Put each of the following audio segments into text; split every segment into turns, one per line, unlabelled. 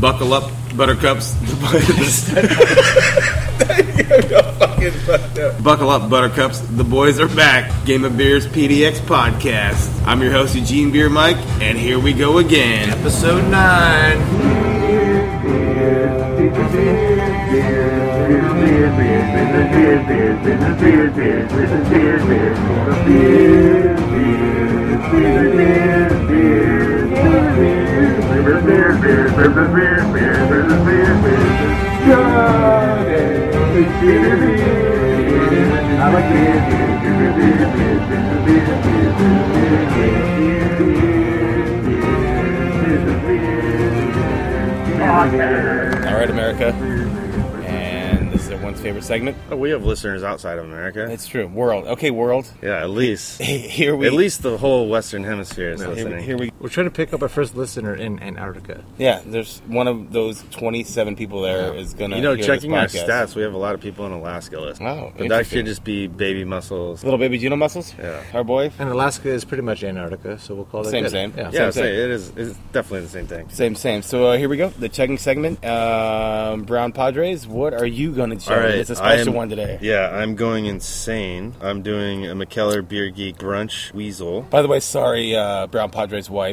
Buckle up, buttercups. Buckle up, buttercups. The boys are back. Game of Beers PDX podcast. I'm your host, Eugene Beer Mike, and here we go again.
Episode 9.
All right, America. And this is everyone's favorite segment.
Oh, we have listeners outside of America.
It's true. World. Okay, world.
yeah, at least.
Here we
At least the whole Western Hemisphere is
Here, we-
listening.
here we
We're trying to pick up our first listener in Antarctica.
yeah. There's one of those 27 people there is gonna
you know,
hear
checking our
this podcast.
stats, we have a lot of people in Alaska listening.
Oh,
but that
interesting.
could just be baby muscles.
Little baby Juno muscles.
Yeah.
Our boy.
And Alaska is pretty much Antarctica, so we'll call that
Same,
good.
same.
Yeah.
Yeah,
same.
say it is. It's definitely the same thing.
Same, same. So uh, here we go. The checking segment. Um, Brown Padres. What are you gonna check? it's a
I
special
am-
one today.
Yeah, I'm going insane. I'm doing a McKellar Beer Geek brunch weasel.
By the way, sorry, uh, Brown Padres' wife.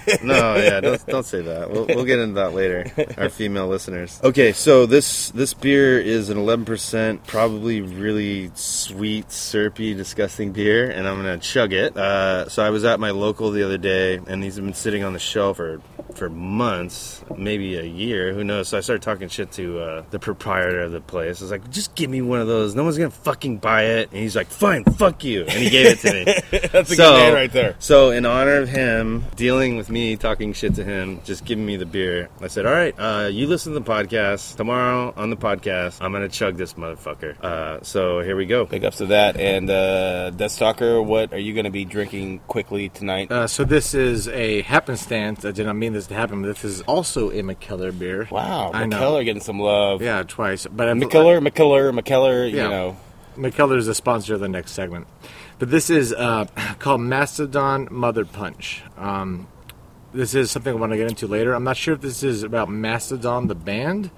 No, yeah, don't, don't say that. We'll, we'll get into that later. Our female listeners. Okay, so this this beer is an 11%, probably really sweet, syrupy, disgusting beer, and I'm gonna chug it. Uh, so I was at my local the other day, and these have been sitting on the shelf for for months, maybe a year, who knows. So I started talking shit to uh, the proprietor of the place. I was like, just give me one of those. No one's gonna fucking buy it. And he's like, fine, fuck you, and he gave it to me.
That's a
So-
good man right there.
So, in honor of him dealing with me, talking shit to him, just giving me the beer, I said, "All right, uh, you listen to the podcast tomorrow. On the podcast, I'm gonna chug this motherfucker." Uh, so here we go.
Big ups to that. And uh, Death Stalker, what are you gonna be drinking quickly tonight?
Uh, so this is a happenstance. I did not mean this to happen, but this is also a McKellar beer.
wow,
I know.
McKellar getting some love.
Yeah, twice. But I'm,
McKellar, McKellar, McKellar. You
Yeah.
know,
McKellar is the sponsor of the next segment. But this is uh, called Mastodon Mother Punch. Um, this is something I want to get into later. I'm not sure if this is about Mastodon the band.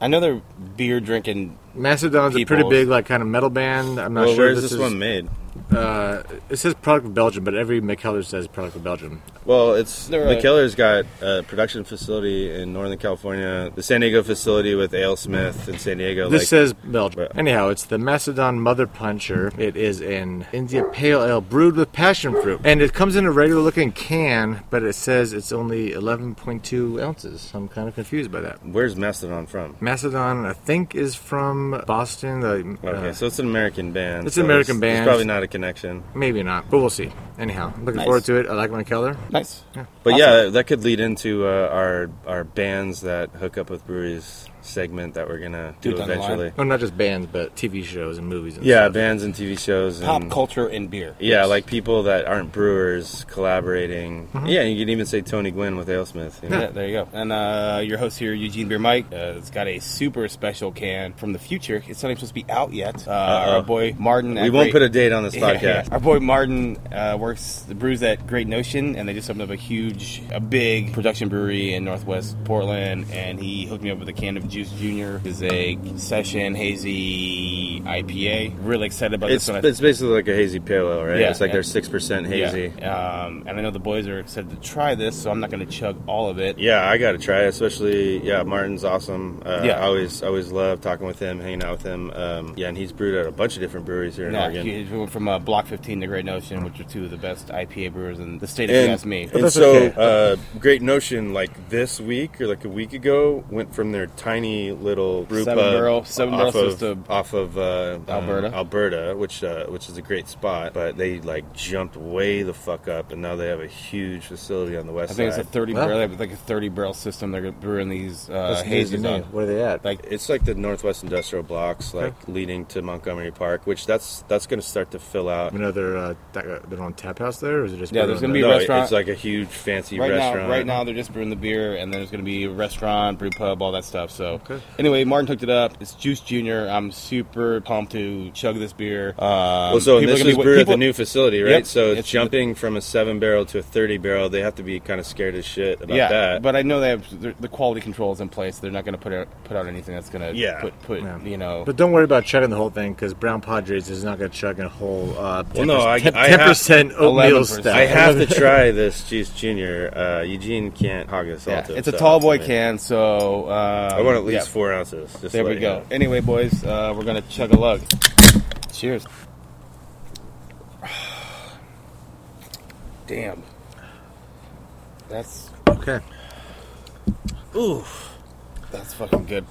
I know they're beer drinking.
Mastodon's a pretty
Peoples.
big, like, kind of metal band. I'm not
Well,
sure.
where's
if
this,
is,
one made?
Uh, it says product of Belgium, but every McKellar says product of Belgium.
Well, it's
They're,
the
uh,
killer's got a production facility in Northern California, the San Diego facility with Ale Smith in San Diego.
This
like,
says Belgium.
Right.
Anyhow, it's the Macedon Mother Puncher. It is an India Pale Ale brewed with passion fruit, and it comes in a regular-looking can, but it says it's only 11.2 ounces. I'm kind of confused by that.
where's Mastodon from?
Macedon, I think, is from Boston. The, uh,
Uh-huh.
Okay, so it's an American band.
It's an
so
American band.
It's probably not a connection.
maybe not, but we'll see. Anyhow, looking
Nice.
forward to it. I like McKellar.
Nice.
But
Awesome.
yeah, that could lead into uh, our our bands that hook up with breweries segment that we're gonna do,
Do it down the line.
eventually.
Oh, not just bands, but TV shows and movies. And
Yeah,
stuff.
bands and TV shows. And,
Pop culture and beer.
Yeah,
Yes. Mm-hmm.
like people that aren't brewers collaborating. Yeah, you can even say Tony Gwynn with Alesmith. You know?
Yeah, there you go. And uh, your host here, Eugene Beer Mike, uh, has got a super special can from the future. It's not even supposed to be out yet. Uh, our boy Martin.
We won't put a date on this podcast.
Our boy Martin uh, works the brews at Great Notion, and they just opened up a huge, a big production brewery in Northwest Portland. And he hooked me up with a can of Juice Junior. It's a session hazy IPA. Really excited about
It's
this one.
it's basically like a hazy pale ale, right?
Yeah,
it's like
yeah.
they're six percent hazy. Yeah.
Yeah. Um, and I know the boys are excited to try this, so I'm not going to chug all of it.
I gotta try it. Especially, yeah, Martin's awesome. Uh,
Yeah.
I always, I always love talking with him, hanging out with him. Um, yeah, and he's brewed at a bunch of different breweries here in
No,
Oregon.
he went from uh, Block 15 to Great Notion, which are two of the best IPA brewers in the state, if you
and,
ask me.
and
that's
so,
okay.
uh, Great Notion, like this week or like a week ago, went from their tiny little group
Seven
of-
barrel- seven barrel
off of,
system.
off of uh, um,
Alberta.
Alberta, which uh, which is a great spot, but they like jumped way the fuck up, and now they have a huge facility on the west
I think it's a
side.
30
Well-
barrel, they have like a 30 barrel system. They're brewing these uh,
That's news to
hazes
me.
on.
Where are they at?
Like,
it's like the northwest industrial blocks, like leading to Montgomery Park, which that's that's going to start to fill out.
Another uh, that got- been on tap house there, or is it just
Yeah,
been
there's
on
gonna be
the-
No,
restaurant-
it's like a huge fancy
right
restaurant.
now, right now they're just brewing the beer, and then there's going to be a restaurant, brew pub, all that stuff. So,
Okay.
anyway, Martin hooked it up. It's Juice Junior. I'm super pumped to chug this beer. Um,
Well, so and
people are
this
gonna
was
be-
brewed
people-
at the new facility, right?
Yep.
So it's,
It's the-
jumping from a seven barrel to a thirty barrel. They have to be kind of scared as shit about
yeah,
that.
but I know they have the the quality controls in place. They're not going to put out put out anything that's going to
Yeah.
put put
Yeah.
you know.
But don't worry about chugging the whole thing because Brown Padres is not going to chug a whole uh, 10,
Well, no, I- I have-
percent oatmeal
11%.
stout.
I have to try this Juice Junior. Uh, Eugene can't hog this all
yeah,
to
it's a
himself.
tall boy
I mean,
can, so um,
I want at least
yeah.
four ounces. Just
There
to
we
let
go.
you know.
Anyway, boys, uh, we're gonna chug a lug. Cheers. Damn. That's
okay.
that's fucking good.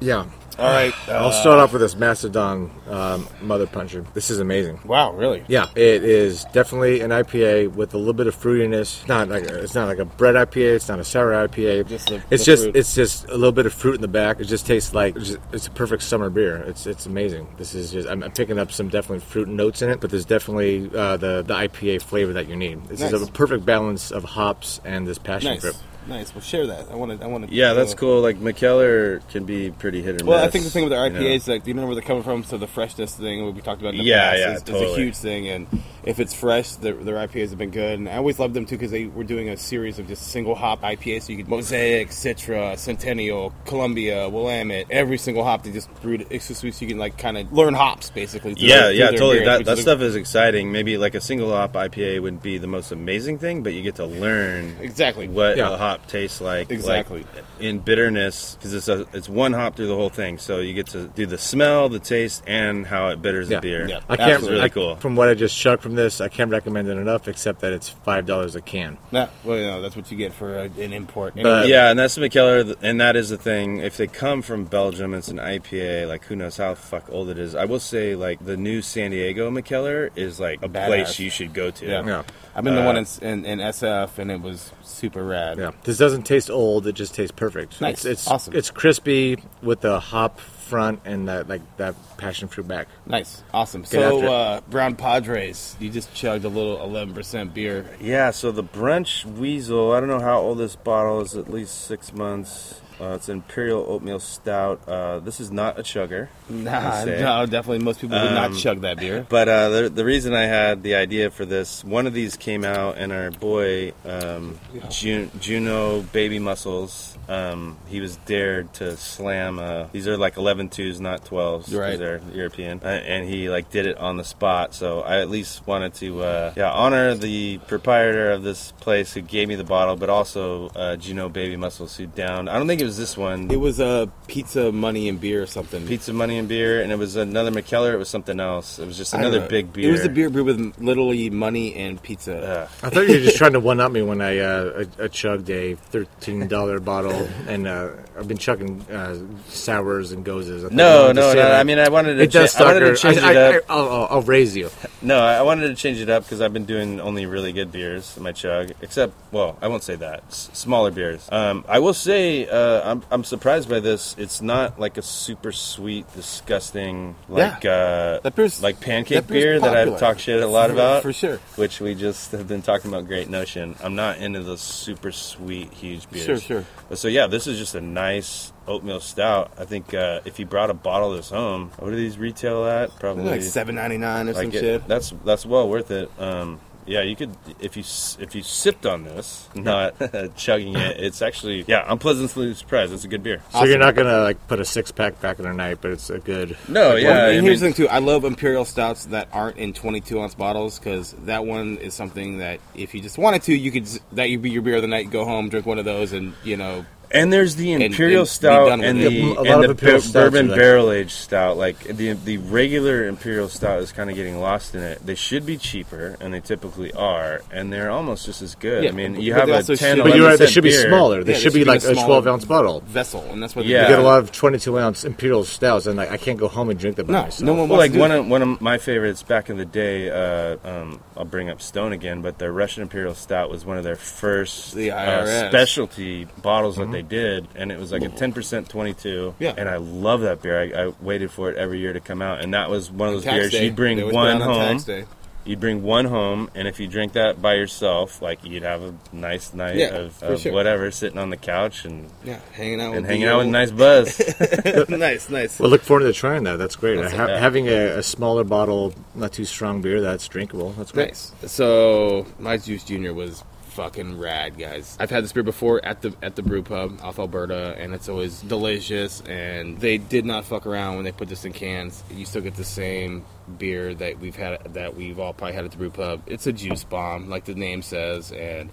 Yeah.
All right.
I'll
uh,
start off with this Mastodon um, Mother Puncher. This is amazing.
Wow, really?
Yeah, it is definitely an IPA with a little bit of fruitiness. It's Not like a, it's not like a bread IPA. It's not a sour IPA.
Just the-
it's
the
just
fruit.
it's just a little bit of fruit in the back. It just tastes like it's, just- it's a perfect summer beer. It's it's amazing. This is just I'm, I'm picking up some definitely fruit notes in it, but there's definitely uh, the the IPA flavor that you need. This is
Nice.
a perfect balance of hops and this passion
Nice.
fruit.
Nice. Well, share that. I want to. I want to.
Yeah, that's cool. Like McKellar can be pretty hit or
Well, I
miss,
think the thing with the
you
RPA
know.
is like, do you know where they're coming from? So the freshness thing we talked about in the
Yeah,
past
yeah,
is, is a
totally.
huge thing. And if it's fresh, their, their IPAs have been good. And I always loved them too because they were doing a series of just single hop IPAs. So you could Mosaic, Citra, Centennial, Columbia, Willamette, every single hop they just brewed exclusively so you can like kind of learn hops basically. through
yeah,
their- through
yeah,
their
totally.
beers,
That,
which
that
is a-
stuff is exciting. Maybe like a single hop IPA would be the most amazing thing, but you get to learn
Exactly.
what
Yeah.
a hop tastes like, like,
Exactly.
in bitterness because it's a, it's one hop through the whole thing, so you get to do the smell, the taste, and how it bitters
Yeah.
the beer.
Yeah.
I
That's
can't
really
I-
cool.
From what I just chugged from this, I can't recommend it enough, except that it's five dollars a can.
Nah, well, you know, that's what you get for uh, an import.
But-
yeah, and that's the McKellar, and that is the thing. If they come from Belgium, it's an IPA. Like, who knows how fuck old it is? I will say, like, the new San Diego McKellar is like a
Badass.
place you should go to.
Yeah.
Yeah.
I've been to
Uh,
one in, in, in SF and it was super rad.
Yeah, this doesn't taste old. It just tastes perfect.
Nice.
It's, it's
Awesome.
It's crispy with the hop front and that like that passion fruit back.
Nice, awesome.
after
So,
it.
uh, Brown Padres, you just chugged a little 11% beer.
Yeah, so the brunch weasel, I don't know how old this bottle is, at least six months. Uh, it's Imperial Oatmeal Stout. Uh, this is not a chugger.
Nah,
I'd say.
no, Uh, definitely most people would not
Um,
chug that beer.
But uh, the, the reason I had the idea for this, one of these came out, and our boy um, Ju- Juno Baby Muscles, um, he was dared to slam. Uh, these are like 11 twos, not 12s. 'cause
Right.
They're European, uh, and he like did it on the spot. So I at least wanted to, uh, yeah, honor the proprietor of this place who gave me the bottle, but also uh, Juno Baby Muscles who downed. I don't think it was this one.
It was a pizza, money, and beer or something.
Pizza, money, and beer, and it was another McKellar. It was something else. It was just
I don't
another
know.
big beer.
Uh, It was a beer brewed with literally money and pizza.
Ugh.
I thought you were just trying to one up me when I, uh, I, I chugged a thirteen dollar bottle, and uh, I've been chugging uh, sours and gozes. I thought you
No,
wanted to
no,
say
no.
that.
I mean, I wanted to.
it does
cha- I
suck.
wanted
I,
to change
I,
it
I,
up.
I'll, I'll- I'll raise you.
no, I I wanted to change it up because I've been doing only really good beers in my chug. Except, well, I won't say that. S- smaller beers. Um, I will say uh, I'm I'm surprised by this. It's not like a super sweet, disgusting like uh,
That beer's-
like pancake
that beer's
beer that I've
popular.
talked shit a lot
For-
about
for sure.
Which we just have been talking about. Great notion. I'm not into those super sweet, huge beers.
Sure, sure.
But so yeah, this is just a nice oatmeal stout. I think uh, if you brought a bottle of this home, what do these retail at? Probably
like seven ninety nine or
like
some
it-
shit.
That's that's well worth it. Um, yeah, you could if you s- if you sipped on this, not chugging it. It's actually yeah, I'm pleasantly surprised. It's a good beer.
So you're not gonna like put a six pack back in a night, but it's a good.
No,
Well,
yeah,
and here's
I mean-
the thing too. I love imperial stouts that aren't in 22 ounce bottles because that one is something that if you just wanted to, you could z- that would be your beer of the night. Go home, drink one of those, and you know,
and there's the imperial
and be
stout
done with
and
it.
the,
Yeah, a lot
and
of
the
imperial
bur-
stouts are
bourbon
like-
barrel aged stout. Like the the regular imperial stout is kind of getting lost in it. They should be cheaper, and they typically are, and they're almost just as good.
Yeah,
I mean,
but-
you
but
have
they
a
also
10,
should-
But you're right. They
11%
should be
beer.
smaller. They
Yeah,
should
they
be
should be
like
the
a
smaller-
twelve ounce bottle.
vessel, and that's what
Yeah.
You get a lot of 22 ounce imperial stouts, and like I can't go home and drink them by
No,
myself.
no one
Well,
wants to
like
do
one of, one of my favorites back in the day, uh, um, I'll bring up Stone again, but their Russian Imperial Stout was one of their first
The
uh,
IRS.
specialty bottles that they did, and it was like a 10% 22.
Yeah.
And I love that beer. I, I waited for it every year to come out, and that was one of those
Tax
beers
day.
you'd bring
They always put
one
it out on
home.
Tax day.
You'd bring one home, and if you drink that by yourself, like you'd have a nice night
Yeah,
of,
for
of
sure.
whatever, sitting on the couch and,
Yeah, hanging out
and
with
hanging
the
out with
old-
nice buzz.
nice, nice.
Well, look forward to trying that. That's great.
That's
Ha-
okay.
having a, a smaller bottle, not too strong beer that's drinkable. That's great.
Nice. So my Juice Junior was fucking rad, guys. I've had this beer before at the at the brew pub, off Alberta, and it's always delicious. And they did not fuck around when they put this in cans. You still get the same beer that we've had that we've all probably had at the brew pub. It's a juice bomb, like the name says, and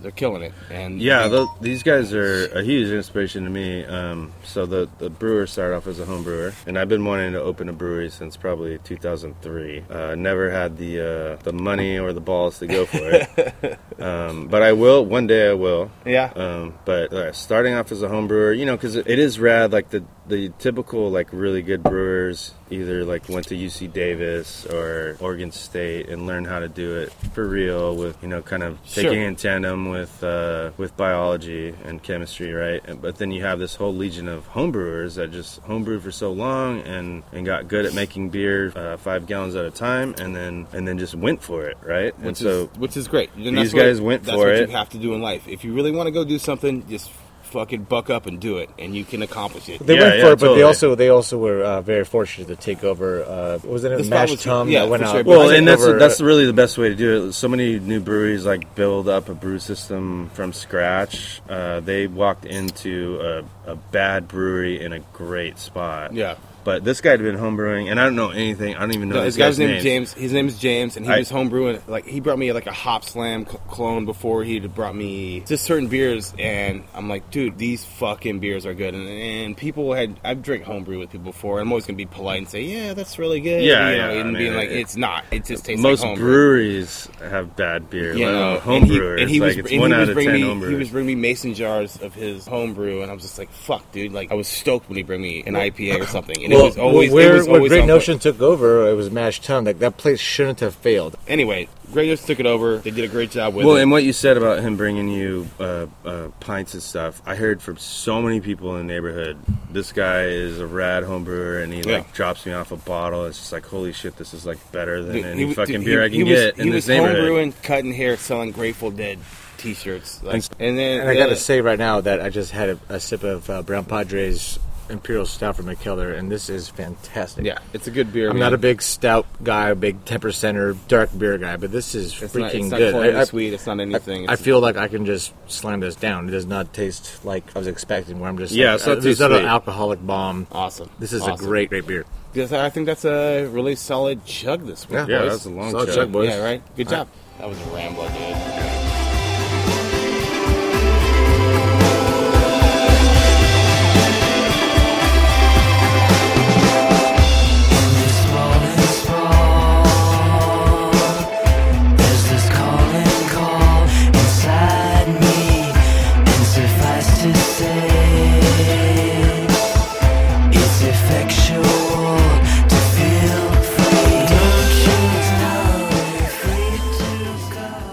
they're killing it. And
Yeah,
they-
tho- these guys are a huge inspiration to me. Um, so the the brewer started off as a home brewer, and I've been wanting to open a brewery since probably 2003. Uh, never had the uh, the money or the balls to go for it, um, but I will. One day I will.
yeah.
Um, but uh, starting off as a home brewer, you know, because it, it is rad. Like the the typical like really good brewers either like went to UC Davis or Oregon State and learned how to do it for real with you know kind of
Sure.
taking in tandem with uh, with biology and chemistry, right? And, but then you have this whole legion of homebrewers that just homebrewed for so long and and got good at making beer uh, five gallons at a time, and then and then just went for it, right? and
which
so.
is which is great. And
these
that's what-
guys went
that's
for
what
it.
You have to do in life if you really want to go do something. Just fucking buck up and do it, and you can accomplish it.
They
Yeah,
went for
yeah,
it, but
totally.
they also they also were uh, very fortunate to take over. Uh, what was it
The
name?
spot
Mash
was-
Tum
yeah,
that went
for
out.
sure.
Well,
I
and that's
over, uh,
that's really the best way to do it. So many new breweries like build up a brew system from scratch. Uh, they walked into a, a bad brewery in a great spot.
Yeah.
But this guy had been homebrewing, and I don't know anything. I don't even know
No,
this
this
guy's,
guy's name
names.
is James. His name is James, and he
I-
was homebrewing. Like he brought me like a Hop Slam cl- clone before he had brought me just certain beers, and I'm like, dude, these fucking beers are good. And, and people had I've drank homebrew with people before. and I'm always gonna be polite and say, yeah, that's really good.
Yeah,
you
yeah,
know,
I
and
mean,
being like,
it-
it's not. It just tastes
Most
like homebrew.
breweries have bad beer.
You
let alone
know,
home
and he,
brewers.
and he
like
was,
it's
and
one
he
out
was
of
bringing
ten
me,
home
he
brewers.
was bringing me mason jars of his homebrew, and I was just like, "Fuck, dude!" Like I was stoked when he bring me an IPA or something, and
well,
it was always it
where,
was
where
always
Great
on
Notion took over, uh, it was Mash Tum. Like that place shouldn't have failed.
point. Anyway, Great Notion took it over. They did a great job with
Well,
it.
and what you said about him bringing you uh, uh, pints and stuff, I heard from so many people in the neighborhood. This guy is a rad home brewer, and he
Yeah.
like drops me off a bottle. It's just like, holy shit, this is like better than
Dude,
any
was-
fucking
dude,
beer I can
he was,
get
He
in
was
this neighborhood.
homebrewing, cutting hair, selling Grateful Dead T-shirts, like,
And-
and then
And I
the-
gotta say right now that I just had a, a sip of uh, Brown Padre's Imperial Stout from McKellar, and this is fantastic.
yeah, it's a good beer.
I'm
man.
not a big stout guy, a big ten percenter dark beer guy, but this is
It's
freaking
not, it's not
good.
Corny
I, I-
sweet. It's not anything.
I
It's-
feel like I can just slam this down. It does not taste like I was expecting. Where I'm just
Yeah,
like,
it's not
uh,
too
it's not an
sweet.
alcoholic bomb.
awesome.
This is a
Awesome.
great, great beer.
Yes, I think that's a really solid chug this week.
Yeah,
boys.
that's a long
Solid
chug.
chug, boys.
Yeah, right. Good job. That was a ramble, dude.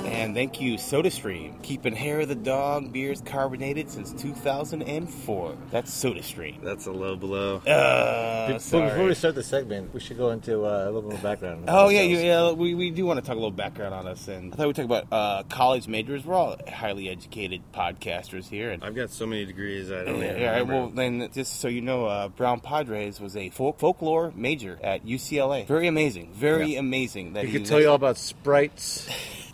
And thank you, SodaStream, keeping hair of the dog beers carbonated since 2004. That's SodaStream.
That's a low blow.
Uh,
Before
sorry.
we start the segment, we should go into uh, a little bit of background.
Oh yeah, you, yeah. We, we do want to talk a little background on us, and I thought we talk about uh, college majors. We're all highly educated podcasters here, and
I've got so many degrees, I don't even
yeah, all right,
remember.
well, then just so you know, uh, Brown Padres was a folk- folklore major at UCLA. Very amazing, very amazing. That
We
he
could tell you all about sprites.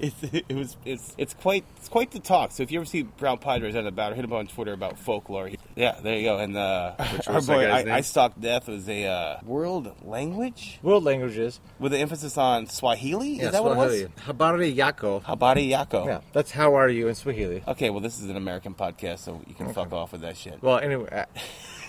It's, it was it's it's quite it's quite the talk. So if you ever see Brown Padres on the battle, hit him on Twitter about folklore. Yeah, there you go. And uh,
Which
our
was that
boy,
guy's name?
I, I stalked death was a uh, world language
World languages.
with an emphasis on Swahili. Is that what it was?
Habari Yako.
Habari Yako.
Yeah, that's how are you in Swahili.
Okay, well, this is an American podcast, so you can fuck off with that shit.
Well, anyway, I-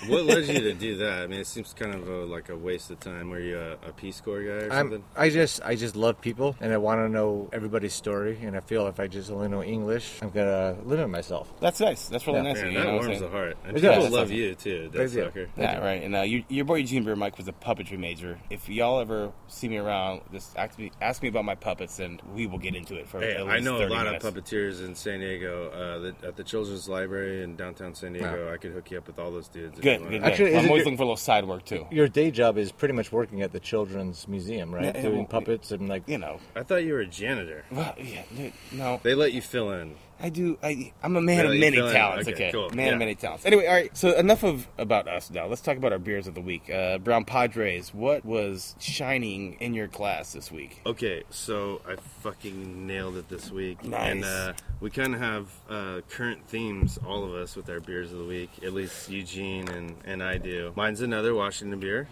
what led you to do that? I mean, it seems kind of a, like a waste of time. Were you a, a Peace Corps guy or
I'm,
something?
I just I just love people, and I want to know everybody's story. And I feel if I just only know English, I'm gonna limit myself.
That's nice. That's really
Yeah.
nice. of
Man,
you, you
that
know what I'm
warms
saying?
the heart. And
It
people
does.
love you too, Dead
do.
Sucker.
Yeah, right. And uh, you, your boy Eugene Beer Mike was a puppetry major. If y'all ever see me around, just ask me, ask me about my puppets, and we will get into it for.
Hey,
at
I
least
know a
30
lot
minutes.
of puppeteers in San Diego. Uh, the, at the Children's Library in downtown San Diego, I could hook you up with all those dudes. if
Good, good.
you wanted.
good.
Actually, is
I'm always
it your-
looking for a little side work too.
Your day job is pretty much working at the children's museum, right?
Yeah,
Doing
well,
puppets and like
You know,
I thought you were a janitor.
well, yeah, dude, no,
They let you fill in.
I do. I, I'm a man
Really?
of
You
many
feeling-
talents.
okay,
Okay,
cool.
man
Yeah.
of many talents. Anyway, all right. So enough of about us now. Let's talk about our beers of the week. Uh, Brown Padres. What was shining in your class this week?
Okay, so I fucking nailed it this week.
Nice.
And uh, we kind of have uh, current themes, all of us, with our beers of the week. At least Eugene and, and I do. Mine's another Washington beer,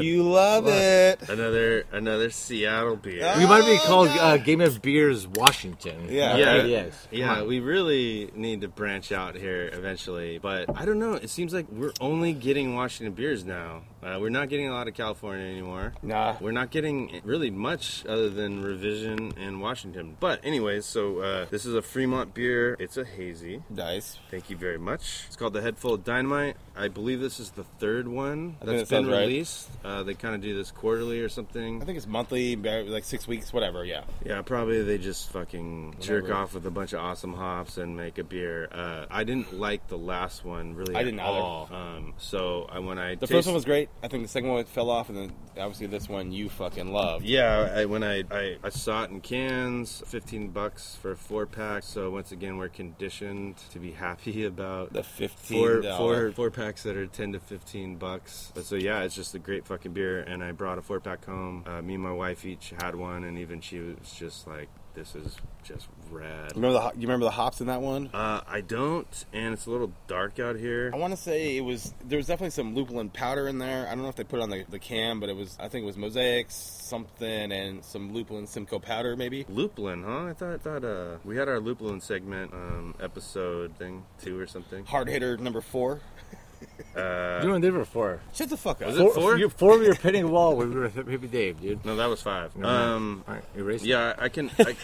you love it.
another another Seattle beer.
we might be called uh, Game of Beers Washington.
Yeah.
yeah,
yeah,
yes. Come
yeah.
on.
We really need to branch out here eventually, but I don't know. It seems like we're only getting Washington beers now. Uh, we're not getting a lot of California anymore.
Nah.
we're not getting really much other than Revision and Washington. But anyways, so uh, this is a Fremont beer. It's a hazy.
Nice.
Thank you very much. It's called the Head Full of Dynamite. I believe this is the third one
think
that's
that
been
sounds right.
released. Uh, they kind of do this quarterly or something.
I think it's monthly, about, like six weeks, whatever. Yeah.
Yeah, probably they just fucking jerk
Whatever.
off with a bunch of awesome hops and make a beer. Uh, I didn't like the last one really.
I
at
didn't either.
all. Um, so I, when I
The first one was great. I think the second one fell off, and then obviously this one you fucking love.
yeah. I, when I, I I saw it in cans, fifteen bucks for a four pack. So once again, we're conditioned to be happy about
The fifteen
four
dollar.
four four packs that are 10 to 15 bucks so yeah it's just a great fucking beer and i brought a four pack home uh, me and my wife each had one and even she was just like this is just rad
Remember the ho- you remember the hops in that one?
uh, i don't and it's a little dark out here
I want to say it was there was definitely some lupulin powder in there. I don't know if they put it on the, the can, but it was I think it was mosaics something and some lupulin Simcoe powder maybe.
lupulin huh i thought thought uh we had our lupulin segment um episode thing two or something
Hard hitter number four.
you weren't there before.
Shut the fuck up.
Was it-
Four,
four?
you- four we were pitting a wall. We were Hippie Dave, dude.
no that was five
Never mind.
um
All right, erase. it.
Yeah, I can. I,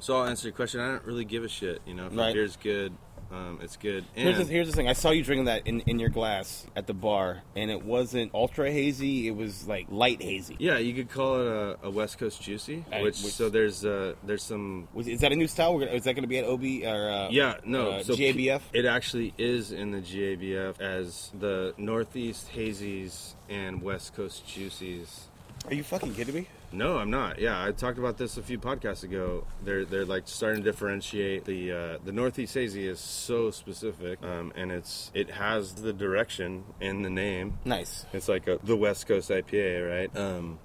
so I'll answer your question. I don't really give a shit. You know, if
Right.
the beer's good, um, it's good. And
Here's the, here's the thing. I saw you drinking that in, in your glass at the bar, and it wasn't ultra hazy. It was like light hazy.
Yeah, you could call it a, a West Coast juicy.
Uh,
Which,
which-
so there's uh, there's some.
Was, is that a new style? We're gonna, is that going to be at OB or uh,
Yeah, no.
uh,
so P-
GABF?
it actually is in the GABF as the Northeast hazies and West Coast juicies.
Are you fucking kidding me?
No, I'm not. Yeah, I talked about this a few podcasts ago. They're they're like starting to differentiate the uh, the Northeast hazy is so specific, um, and it's it has the direction in the name.
Nice.
It's like a, the West Coast IPA, right? Um,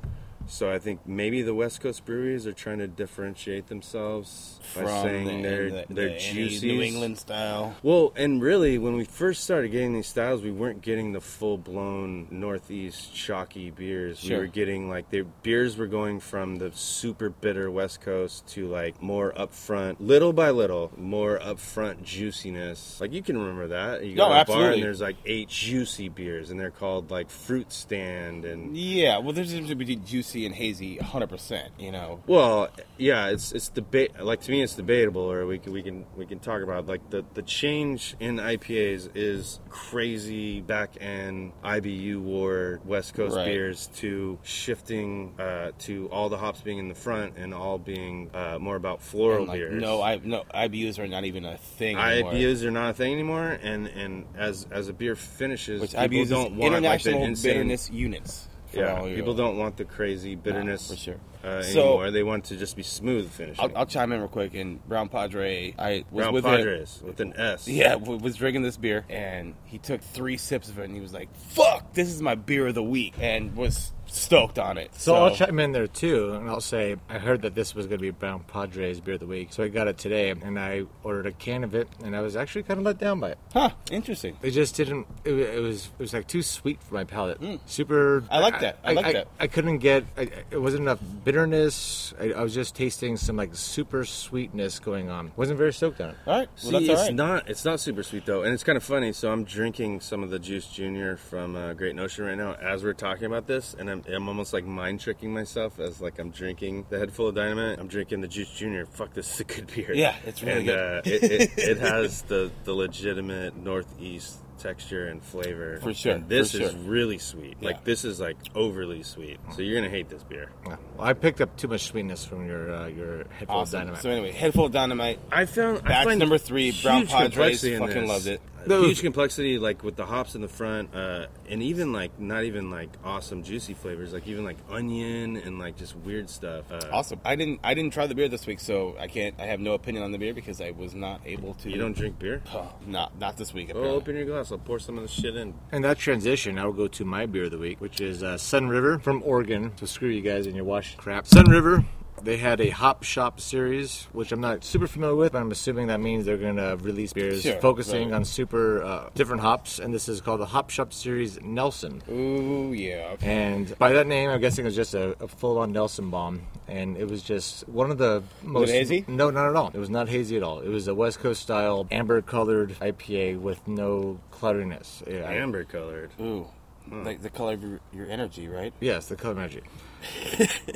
so I think maybe the West Coast breweries are trying to differentiate themselves by saying they're they're juicy.
New England style.
Well, and really, when we first started getting these styles, we weren't getting the full blown Northeast chalky beers.
Sure.
We were getting like their beers were going from the super bitter West Coast to like more upfront, little by little, more upfront juiciness. Like you can remember that. You go
No,
to a bar
absolutely.
and there's like eight juicy beers, and they're called like Fruit Stand and
Yeah, well, there's a difference between juicy and hazy, 100%. You know,
Well, yeah, it's it's debate. Like to me, it's debatable, or we can we can we can talk about like the the change in IPAs is crazy back end IBU war West Coast
Right.
beers to shifting uh, to all the hops being in the front and all being uh, more about floral
And, like,
beers.
no, I no IBUs are not even a thing anymore.
IBUs are not a thing anymore, and and as as a beer finishes,
which
people
IBUs
don't
is
want like the
international
insane-
bitterness units. for
Yeah,
all you-
people don't want the crazy bitterness
for sure.
uh,
So-
anymore. they want to just be smooth finishing.
I'll, I'll chime in real quick. And Brown Padre, I was
Brown
with him.
Padres with an S.
Yeah, w- was drinking this beer, and he took three sips of it, and he was like, "Fuck, this is my beer of the week," and was stoked on it.
So, I'll chime in there too, and I'll say I heard that this was going to be Brown Padres beer of the week, so I got it today, and I ordered a can of it, and I was actually kind of let down by it.
Huh? Interesting.
It just didn't. It, wa- it was it was like too sweet for my palate. Super.
I like that. I like that.
I, couldn't get. I, I- it wasn't enough bitterness. I, I was just tasting some like super sweetness going on. Wasn't very stoked on it.
All right.
See,
Well, that's all
it's
right.
not it's not super sweet though, and it's kind of funny. So I'm drinking some of the Juice Junior from uh, Great Notion right now as we're talking about this, and I'm, I'm almost like mind tricking myself as like I'm drinking the head full of dynamite. I'm drinking the Juice Junior. Fuck, this is a good beer.
Yeah, it's really
And,
good.
Uh, it, it, it has the the legitimate Northeast texture and flavor
For sure,
And this
for
is
sure.
really sweet.
Yeah.
Like this is like overly sweet. So you're gonna hate this beer.
Yeah. Well, I picked up too much sweetness from your uh, your head full of
awesome.
dynamite.
So anyway, head full of dynamite.
I found I
Batch
find
number three, Brown
huge
Padres,
complexity in
fucking
this.
loved it.
Those-
Huge complexity, like with the hops in the front, uh, and even like not even like awesome juicy flavors, like even like onion and like just weird stuff. Uh,
Awesome. I didn't. I didn't try the beer this week, so I can't. I have no opinion on the beer because I was not able to.
You don't drink beer?
Oh, not not this week.
Oh,
Apparently.
open your glass. I'll pour some of this shit in.
And that transition, I will go to my beer of the week, which is uh, Sun River from Oregon. So screw you guys and your wash crap. Sun River. They had a hop shop series, which I'm not super familiar with, but I'm assuming that means they're going to release beers
Sure,
focusing
right.
on super uh, different hops. And this is called the Hop Shop Series Nelson.
Ooh yeah.
And by that name, I'm guessing it was just a, a full-on Nelson bomb, and it was just one of the most
hazy?
No, not at all. It was not hazy at all. It was a West Coast style amber-colored IPA with no cloudiness. Yeah, I-
Amber colored.
Ooh. Like the color of your, your energy, right?
Yes, the color magic.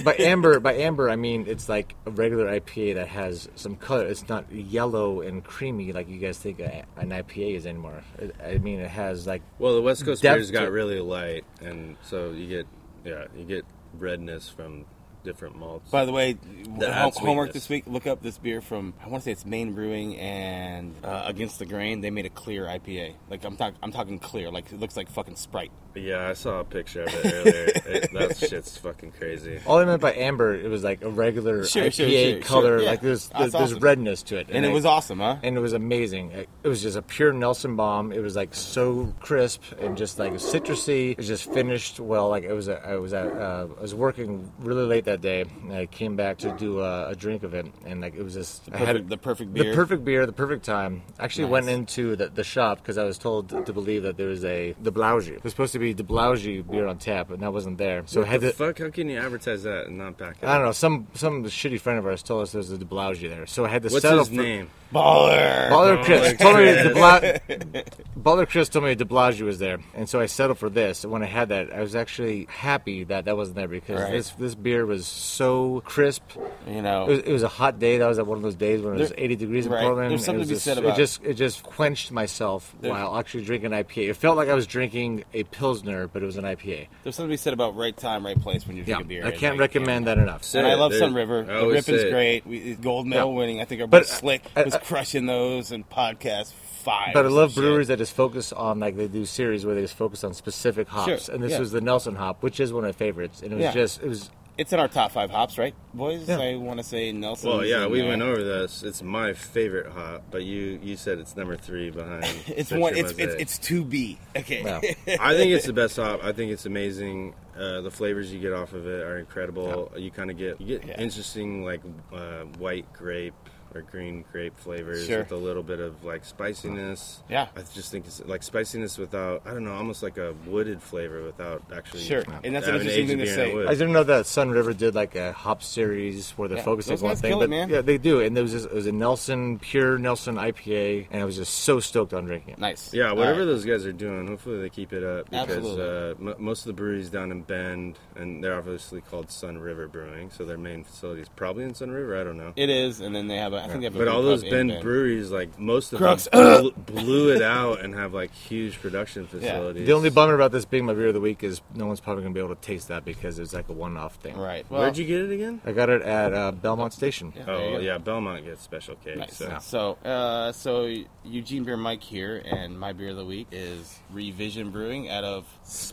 by amber, by amber, I mean it's like a regular IPA that has some color. It's not yellow and creamy like you guys think a, an IPA is anymore. It- I mean, it has like
Well, the West Coast
Depth
beers
to-
got really light, and so you get yeah, you get redness from different malts.
By the way, home,
adds
homework
sweetness.
this week. Look up this beer from I want to say it's Maine Brewing and uh, Against the Grain. They made a clear IPA. Like I'm talking, I'm talking clear. Like it looks like fucking Sprite.
yeah, I saw a picture of it earlier. it, that shit's fucking crazy.
all I meant by amber. It was like a regular
Sure,
IPA
sure, sure, sure.
color.
Yeah,
Like there's
that's
there's, there's
awesome.
redness to it,
And it
I-
was awesome, huh?
and it was amazing. It it was just a pure Nelson bomb. It was like so crisp and just like citrusy. It was just finished well. Like it was, a, I was at, uh, I was working really late that day. And I came back to do a, a drink of it, and like it was just I
Perfect- the perfect
the
beer.
perfect beer, the perfect time. I actually
Nice.
went into the, the shop because I was told to believe that there was a the Blaugie. There's supposed to be the Blaugie beer on tap, and that wasn't there. So I had
The
to.
fuck? How can you advertise that and not back it?
I
up?
don't know. Some some shitty friend of ours told us there's a De Blaugie there, so I had to
What's
settle
his
for-
name?
Baller.
Baller Chris told me DeBla- Baller Chris told me DeBlasio was there, and so I settled for this. And when I had that, I was actually happy that that wasn't there because
Right.
this this beer was so crisp.
You
It was,
know,
it was a hot day. That was like one of those days when it was
There-
80 degrees in
right.
Portland.
There's something
it was
to be
just,
said about
it. Just it just quenched myself
There's-
while actually drinking an IPA. It felt like I was drinking a pilsner, but it was an IPA.
there's something to be said about right time, right place when you're
Yeah,
drinking beer.
I
and,
can't
like,
recommend
yeah.
that enough.
So-
And I love
There-
Sun River.
I
The
always
Rippon's
say it.
great. We, gold medal
Yeah.
winning. I think our
But
buddy Slick
I-
was
I-
crushing those in podcast five.
But I
or
love
some
breweries
shit.
that just focus on like they do series where they just focus on specific hops,
Sure,
and this
yeah.
was the Nelson hop, which is one of my favorites, and it was
Yeah.
just it was
It's in our top five hops, right, boys?
Yeah.
I want to say Nelson.
Well, yeah, we went over this. It's my favorite hop, but you you said it's number three behind.
It's
Century
one. It's it's
Mosaic.
it's two B. Okay.
Wow.
I think it's the best hop. I think it's amazing. Uh, the flavors you get off of it are incredible. You kind of get you get
Yeah.
interesting like uh, white grape or green grape flavors
Sure.
with a little bit of like spiciness.
Yeah.
I just think it's like spiciness without I don't know, almost like a wooded flavor without actually.
Sure. And that's an
having
interesting
aged
thing to
beer in
say.
wood.
I didn't know that Sun River did like a hop series where they're
Yeah,
focusing
those
on one
guys
thing,
kill it,
but
man.
yeah, they do. And there was this, it was a Nelson pure Nelson IPA, and I was just so stoked on drinking it.
Nice.
Yeah, whatever
All right.
those guys are doing, hopefully they keep it up because uh,
Absolutely.
m- most of the breweries down in Bend, and they're obviously called Sun River Brewing, so their main facility is probably in Sun River. I don't know.
It is, and then they have. A, I think they have. A
But
brew
all those
pub in
Bend breweries, like most of
Crooks.
them, bl- blew it out and have like huge production facilities.
The only bummer about this being my beer of the week is no one's probably gonna be able to taste that because it's like a one-off thing.
Right. Well,
Where'd you get it again?
I got it at uh, Belmont Station.
Yeah. There you
Oh
go.
yeah, Belmont gets special cake.
Nice.
So.
So, uh, so Eugene Beer Mike here, and my beer of the week is Revision Brewing out of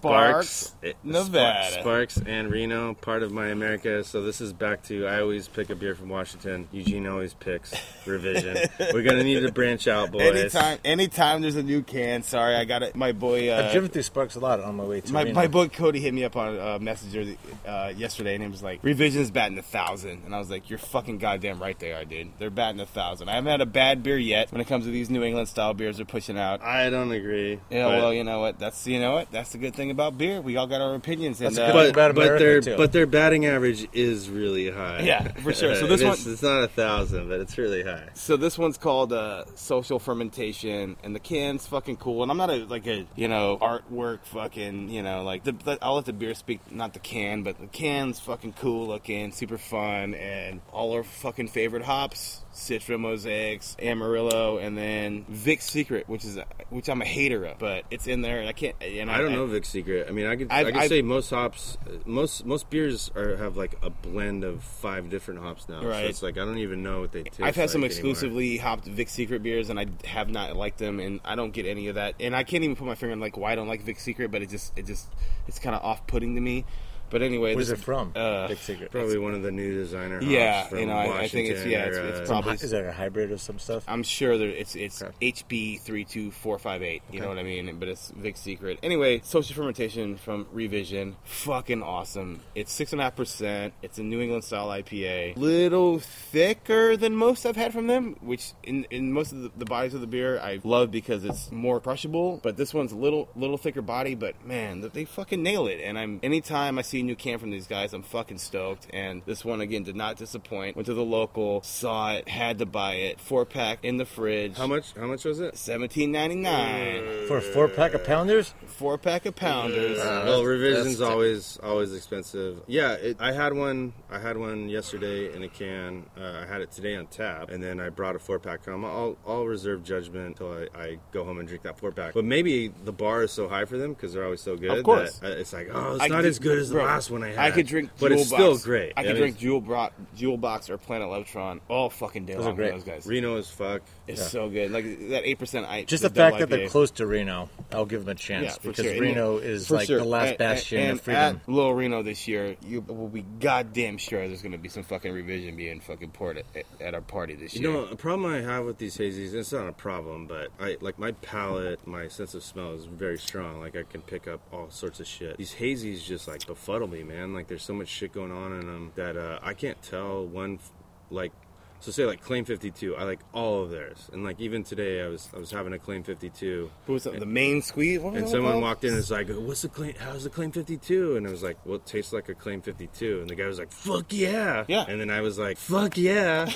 Sparks, eh,
it-
Nevada.
Spark- Sparks and Reno, part of my America. So this is back to I always pick a beer from Washington. Eugene always fix revision. We're gonna need to branch out, boys.
Anytime, anytime there's a new can. Sorry, I got it. My boy. Uh,
I've driven through Sparks a lot on my way to
my,
Reno.
my boy Cody hit me up on uh, Messenger uh, yesterday, and he was like, "Revision's batting a thousand. and I was like, "You're fucking goddamn right, they are, dude. They're batting a thousand. I haven't had a bad beer yet. When it comes to these New England style beers, they're pushing out.
I don't agree.
Yeah,
but-
well, you know what? That's you know what? That's the good thing about beer. We all got our opinions, and
That's
uh,
good.
but,
about
but
America,
their
too.
but their batting average is really high.
Yeah, for sure. So
Uh,
this
it
one-
is- it's not a thousand, but it's really high.
So this one's called uh, Social Fermentation, and the can's fucking cool. And I'm not a like a you know artwork fucking you know like the, the I'll let the beer speak, not the can, but the can's fucking cool looking, super fun, and all our fucking favorite hops: Citra, Mosaics, Amarillo, and then Vic Secret, which is which I'm a hater of, but it's in there, and I can't. And
I don't know Vic Secret. I mean, I could i
I've-
could
I've-
say most hops, most most beers are have like a blend of five different hops now. So
Right.
it's like I don't even know what they taste.
I've had some
like anymore.
exclusively hopped Vic Secret beers, and I have not liked them, and I don't get any of that. And I can't even put my finger on like why I don't like Vic Secret, but it just it just it's kind of off putting to me. But anyway,
Where's
this-
it from?
Uh,
Big secret.
Probably one of the new designer. Hops
Yeah,
from
you know, I- I think it's-
Washington
yeah, it's-
or,
it's
uh,
probably-
Is that a hybrid of some stuff?
I'm sure there, it's it's
Okay.
HB three two four five eight. You know what I mean? But it's Vic Secret. Anyway, social fermentation from Revision, fucking awesome. It's six and a half percent. It's a New England style IPA, little thicker than most I've had from them. Which in in most of the, the bodies of the beer I love because it's more crushable. But this one's a little little thicker body. But man, th- they fucking nail it. And I'm anytime I see a new can from these guys, I'm fucking stoked. And this one again did not disappoint. Went to the local, saw it, had to buy it. Four pack in the fridge.
how much? How much was it?
Seventeen ninety nine.
For a four pack
Uh,
of pounders?
Four pack of pounders.
well, revision's
Uh, that's-
always always expensive. Yeah, it, I had one. I had one yesterday in a can. Uh, I had it today on tap, and then I brought a four pack home. I'll I'll reserve judgment until I, I go home and drink that four pack. But maybe the bar is so high for them because they're always so good.
Of course.
that, uh, it's like oh, it's
I
not
could-
as good as the
bro,
last one I had.
I could drink,
but
Jewel
it's still
Box.
great.
I
mean,
could drink Jewel, Bro- Jewel Box or Planet Levtron all fucking day
Those are
long. for
great.
Those guys,
Reno is fuck.
it's so good. Like that eight percent. I
Just the,
double
fact that they're
IPA.
close to Reno, I'll give them a chance
Yeah, for
because
sure. And
Reno is
For
like
sure.
the last
And-
bastion
and,
of freedom.
At Little Reno this year, you will be goddamn sure there's going to be some fucking revision being fucking poured at, at, at our party this
You
year.
know, a problem I have with these hazies, it's not a problem, but I like my palate, my sense of smell is very strong. Like I can pick up all sorts of shit. These hazies just like befuddle me, man. Like there's so much shit going on in them that uh, I can't tell one f- like so say like claim 52 i like all of theirs and like even today i was i was having a claim 52
What was that, the main squeeze? What was
and
that
someone
called?
walked in and was like, "What's the claim? How's the claim 52?" And I was like, "Well, it tastes like a claim 52." And the guy was like, "Fuck yeah!"
Yeah.
And then I was like, "Fuck yeah!"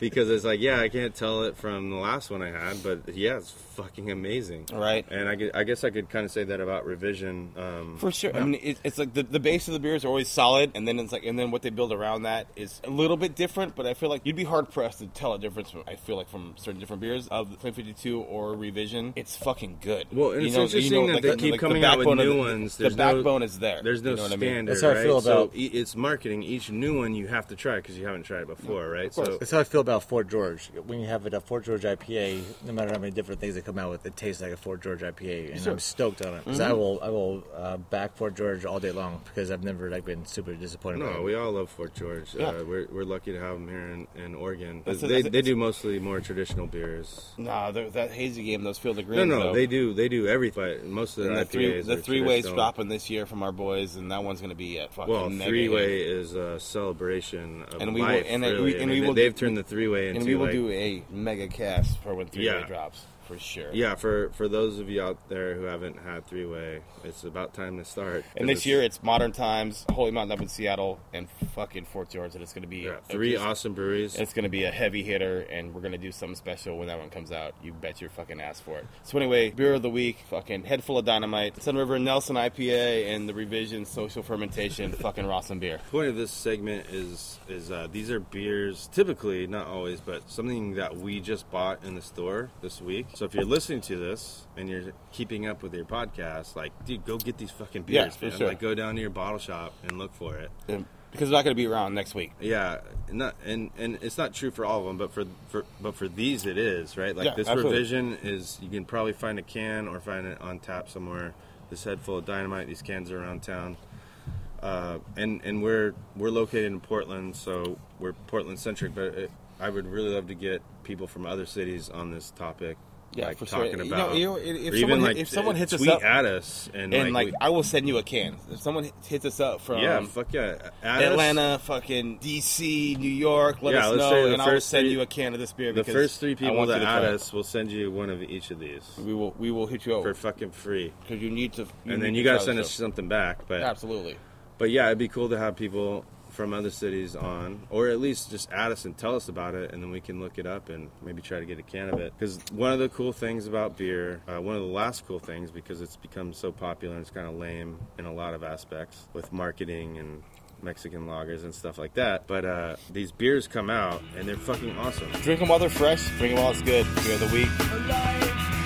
because it's like, yeah, I can't tell it from the last one I had, but yeah, it's fucking amazing.
Right.
And I, gu- I guess I could kind of say that about revision. Um,
For sure. I mean, it, it's like the, the base of the beers are always solid, and then it's like, and then what they build around that is a little bit different. But I feel like you'd be hard pressed to tell a difference. From, I feel like from certain different beers of Claim Fifty Two or Revision, it's fucking good.
Well, and it's interesting that they keep coming out with
backbone of
new
the-
ones.
The
There's no-
backbone is there.
there's no
You know what I mean?
standard.
That's how I
right?
feel
So
about-
e- it's marketing. Each new one you have to try because you haven't tried it before, right?
course.
so
That's how I feel about Fort George. When you have it, a Fort George IPA, no matter how many different things they come out with, it tastes like a Fort George IPA, and I'm stoked on it because I will, I will uh, back Fort George all day long because I've never like been super disappointed. by
No,
it.
we all love Fort George.
Yeah.
Uh, we're, we're lucky to have them here in, in Oregon.
That's a-
they,
that's a-
they do mostly more traditional beers.
Nah, the- that hazy game, those field of
No,
greens.
no,
though.
they do they do every but most of
And
their
the three
IPAs
the
are
three ways
traditional.
dropping this year from our boys, and that one's going to be a fucking
Well,
mega
three
hit.
way is a celebration of
And we will-
life.
and
really.
we-
I
and
mean,
we will-
they've turned the three way into
and we will
like-
do a mega cast for when three way
Yeah.
drops for sure.
Yeah, for for those of you out there who haven't had three way, it's about time to start.
And
'Cause
this year it's Modern Times, Holy Mountain up in Seattle, and fucking Fort George, and it's going to be
yeah, three
It's,
awesome breweries.
it's going to be a heavy hitter, and we're going to do something special when that one comes out. You bet your fucking ass for it. So anyway, beer of the week, fucking head full of dynamite, Sun River Nelson IPA, and the Revision Social Fermentation, fucking Rawson beer.
point of this segment is is uh, these are beers typically not always but something that we just bought in the store this week so if you're listening to this and you're keeping up with your podcast like dude go get these fucking
Yeah,
beers
for
man.
sure.
like go down to your bottle shop and look for it
And- because we're not going to be around next week.
yeah not, and and it's not true for all of them but for, for but for these it is right like
Yeah,
this
absolutely.
revision is you can probably find a can or find it on tap somewhere this head full of dynamite these cans are around town uh, and and we're we're located in Portland, so we're Portland centric. But it, I would really love to get people from other cities on this topic.
Yeah,
like
for sure.
talking
You know,
about.
you know, if
or
someone
even
hit-
like
if someone
uh,
hits us
tweet
up-
at us and,
and like,
like,
I will send you a can. If someone hit- hits us up from
we- yeah, fuck yeah, at us.
Atlanta, fucking DC, New York, let
Yeah,
us
let's say
know,
the
and I will
first
send
three-
you a can of this beer.
The
because
first three
I
people
want you
that
to
add
try it.
us will send you one of each of these
we will we will hit you
for
over
fucking free,
because you need to.
and then
need
you
to
gotta
try
send
this
us something back. But
stuff. Absolutely.
But yeah, it'd be cool to have people from other cities on, or at least just add us and tell us about it, and then we can look it up and maybe try to get a can of it. Because one of the cool things about beer, uh, one of the last cool things, because it's become so popular and it's kind of lame in a lot of aspects with marketing and Mexican lagers and stuff like that. But uh, these beers come out and they're fucking awesome.
Drink them while they're fresh. Drink them while it's good. Beer of the week.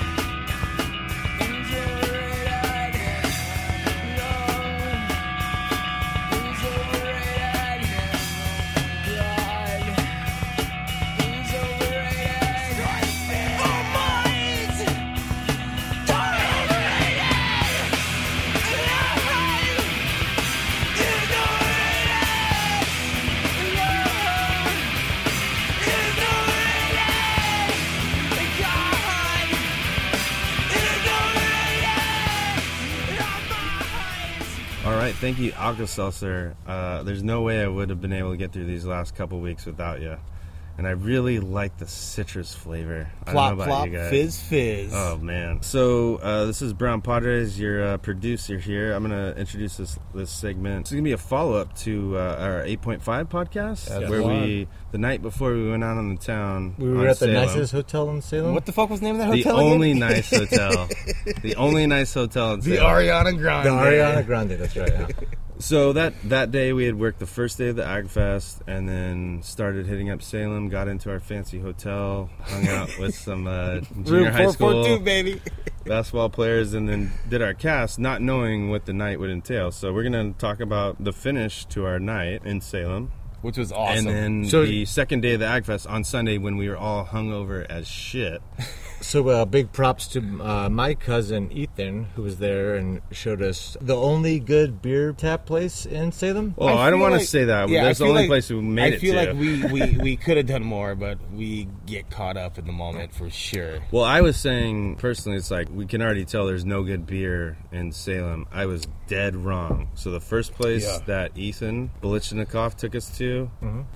All right, thank you, Alka Seltzer. Uh, there's no way I would have been able to get through these last couple weeks without you. And I really like the citrus flavor. I don't know about you guys.
fizz.
Oh man! So uh, this is Brown Padres, your uh, producer here. I'm gonna introduce this this segment. This is gonna be a follow up to uh, our 8.5 podcast,
That's
where
right.
we the night before we went out on the town.
We were
on
at the
Salem.
nicest hotel in Salem.
What the fuck was the name of that
the
hotel?
only
again?
nice hotel, the only nice hotel in
the
Salem.
Ariana Grande.
The Uh, Ariana Grande. That's right. Yeah.
So that that day we had worked the first day of the Agfest, and then started hitting up Salem. Got into our fancy hotel, hung out with some uh, junior
Room
high school
442, baby.
basketball players, and then did our cast, not knowing what the night would entail. So we're gonna talk about the finish to our night in Salem,
Which was awesome.
and then
So-
the second day of the Agfest on Sunday when we were all hungover as shit.
So, uh, big props to uh, my cousin Ethan, who was there and showed us the only good beer tap place in Salem.
Well, I, don't
feel
want to
like-
say that.
yeah, I
That's the
feel
only
like-
place we made
I
it
feel
to.
like we, we, we could have done more, but we get caught up in the moment for sure.
Well, I was saying personally, it's like we can already tell there's no good beer in Salem. I was dead wrong. So the first place
Yeah.
that Ethan Belichnikov took us to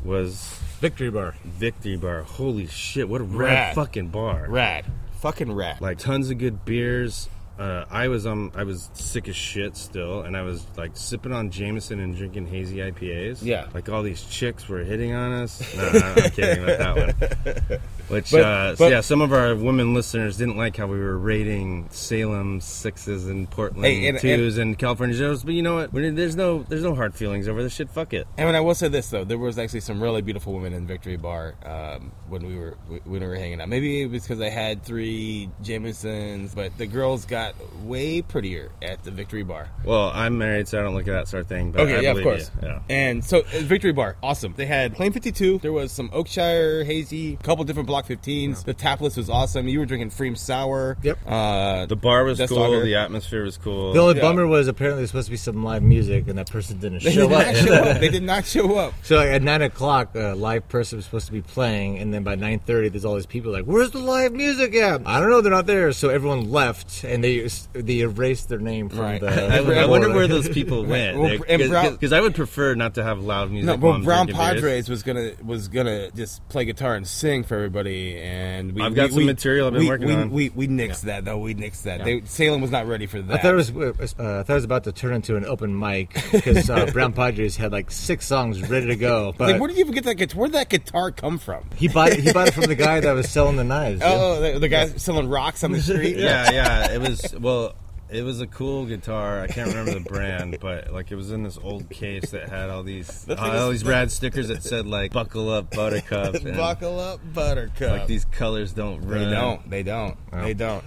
was
Victory Bar.
Victory Bar. Holy shit! What a rad,
Rad.
fucking bar!
Rad. Fucking rad.
Like tons of good beers. Uh, I was um I was sick as shit still, and I was like sipping on Jameson and drinking hazy IPAs.
Yeah.
like all these chicks were hitting on us. No, I'm kidding about that one. Which, uh, so
but-
yeah, some of our women listeners didn't like how we were rating Salem sixes and Portland
Hey, and-
twos and, California zeros. But you know what? We're, there's no there's no hard feelings over this shit. Fuck it.
I mean, I will say this though: there was actually some really beautiful women in Victory Bar um, when we were when we were hanging out. Maybe it was because I had three Jamesons, but the girls got way prettier at the Victory Bar.
Well, I'm married, so I don't look at that sort of thing. But
Okay,
I
yeah, of
believe
course.
you. Yeah.
And so, uh, Victory Bar, awesome. They had Plain 52. There was some Oakshire Hazy, a couple different Block 15s. The tap list was awesome. You were drinking Freem Sour.
Yep.
Uh,
The bar was
That's
cool.
all good.
The atmosphere was cool.
The only
Yeah.
bummer was apparently supposed to be some live music, and that person didn't
they
show
did
up.
not show up. They did not show up.
so like, at nine o'clock, a live person was supposed to be playing, and then by nine thirty, there's all these people like, "Where's the live music at?" I don't know. They're not there, so everyone left, and they they erased their name from
Right.
the.
I,
from the
I wonder
board.
where those people went.
Well, and Brown-
Because I would prefer not to have loud music.
No,
while
well,
I'm
Brown
drinking beers.
Padres was gonna was gonna just play guitar and sing for everybody, and we
I've got
we-
some
we-
material I've been
we-
working
we,
on.
We we nixed that though. We nixed that. They, Salem was not ready for that.
I thought it was. Uh, I thought it was about to turn into an open mic because uh, Brown Padres had like six songs ready to go, but
like, where did you even get that guitar? Where did that guitar come from?
he bought he bought it from the guy that was selling the knives. yeah.
Oh, the, the guy selling rocks on the street.
yeah, yeah. It was well. It was a cool guitar. I can't remember the brand, but like it was in this old case that had all these uh,
That thing
all
is-
these rad stickers that said like "Buckle up, Buttercup," and
Buckle up, Buttercup.
like these colors don't run.
they don't. They don't. They don't.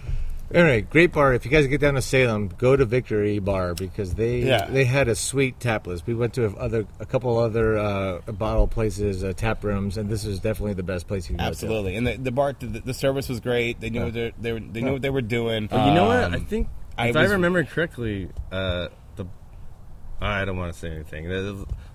Anyway, great bar. If you guys get down to Salem, go to Victory Bar because they
Yeah.
they had a sweet tap list. We went to a other a couple other uh, bottle places, uh, tap rooms, and this is definitely the best place you can go
Absolutely. And the, the bar, the, the service was great. They knew what they, they were. They knew what they were doing.
But you know what? I
Um,
think
I
if I,
was-
remember correctly, uh, the I don't want to say anything.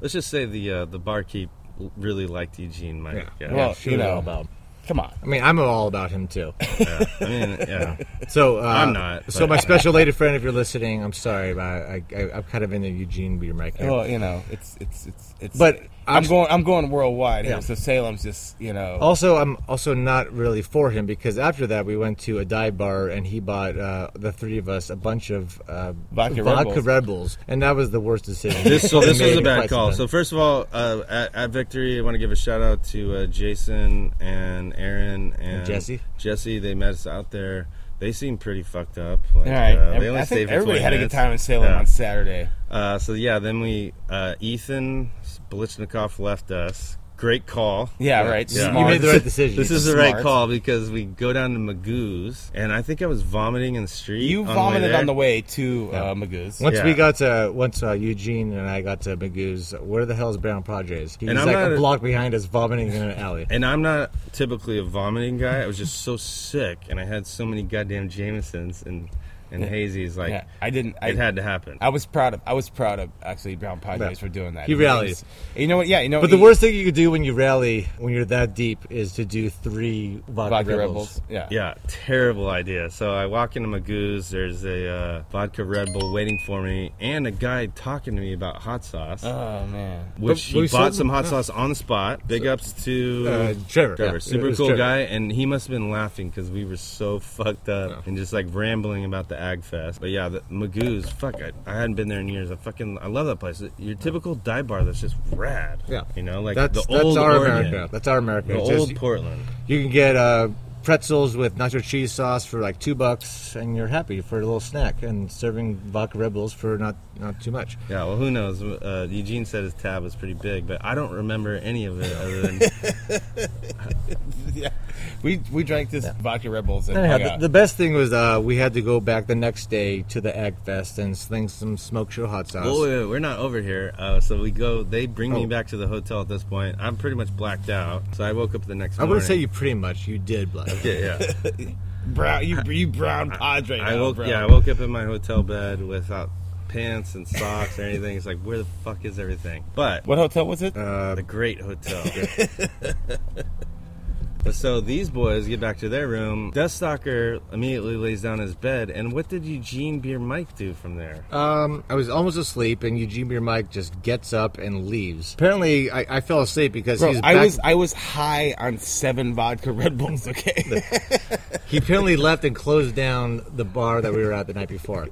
Let's just say the uh, the barkeep really liked Eugene Mike.
Yeah.
Yeah.
Well,
she
you
was
know.
all about.
Come on.
I mean, I'm all about him too.
yeah. I mean, yeah.
So uh,
I'm not,
So
but-
my special lady friend, if you're listening, I'm sorry, but I, I, I'm kind of in the Eugene Beer Mike. here.
Well, you know, it's it's it's it's.
But
I'm,
I'm-
going I'm going worldwide here.
Yeah.
So Salem's just you know.
Also, I'm also not really for him because after that we went to a dive bar and he bought uh, the three of us a bunch of uh,
Vodka Red Bulls.
Red Bulls, and that was the worst decision.
This, so this
we
was
made
a
in
bad
quite some
call.
time.
So first of all, uh, at, at Victory, I want to give a shout out to uh, Jason and Aaron and
Jesse.
Jesse, they met us out there. They seem pretty fucked up. Like,
all right.
uh,
Every- I
stayed
think
for
everybody
20
had a good
minutes.
time in Salem
Yeah.
on Saturday.
Uh, so yeah, then we uh, Ethan Blichnikov left us. Great call.
Yeah, right.
Yeah.
you made the right decision.
This is
Ethan.
the right
Smart.
call because we go down to Magoo's, and I think I was vomiting in the street.
You
on the way
vomited
there.
on the way to uh, Magoo's.
once
Yeah.
we got to once uh, Eugene and I got to Magoo's, where the hell is Brown Padres? He
And
was
I'm
like
not
a
a-
block behind us, vomiting in an alley.
And I'm not typically a vomiting guy. I was just so sick, and I had so many goddamn Jamesons and and hazies. Like
Yeah, I didn't. I
it had to happen.
I was proud of I was proud of actually Brown Padres for doing that.
He
It
rallied.
was- You know what? Yeah, you know.
But the
he-
worst thing you could do when you rally, when you're that deep, is to do three vodka,
Vodka
Red
Rebels.
Bulls.
Yeah.
Yeah, terrible idea. So I walk into Magoo's. There's a uh, vodka Red Bull waiting for me, and a guy talking to me about hot sauce.
Oh man.
which
But we
he
sold
bought some
them.
hot sauce on the spot. Big ups to
Uh, Trevor. Yeah, it
super
was
cool
Trevor.
guy, and he must have been laughing because we were so fucked up and just like rambling about the Ag Fest. But yeah, the Magoo's, fuck, I, I hadn't been there in years. I fucking, I love that place. Your typical dive bar that's just rad.
Yeah.
you know, like
That's,
the
that's
old
our
Oregon,
America. That's our America.
the
It's
old
just-
Portland.
You can get uh, pretzels with nacho cheese sauce for like two bucks, and you're happy for a little snack. And serving vodka rebels for not not too much.
Yeah, well, who knows? Uh, Eugene said his tab was pretty big, but I don't remember any of it other than
yeah. We we drank this vodka Red Bulls and hung
Anyhow,
out.
the, the best thing was uh, we had to go back the next day to the Ag Fest and sling some smoke show hot sauce.
Well, wait, wait, we're not over here. Uh, so we go. They bring me
Oh.
back to the hotel at this point. I'm pretty much blacked out. So I woke up the next
I
morning.
wouldn't say you pretty much. You did, Black.
Yeah, yeah.
brown you you brown Padre.
I
now,
woke.
bro.
Yeah, I woke up in my hotel bed without pants and socks or anything. It's like, where the fuck is everything? But
What hotel was it?
Uh,
the great hotel. But So these boys get back to their room. Deathstalker immediately lays down his bed. And what did Eugene Beer Mike do from there?
Um, I was almost asleep, and Eugene Beer Mike just gets up and leaves. Apparently, I, I fell asleep because
Bro,
he's back.
I was I was high on seven vodka Red Bulls. Okay,
he apparently left and closed down the bar that we were at the night before.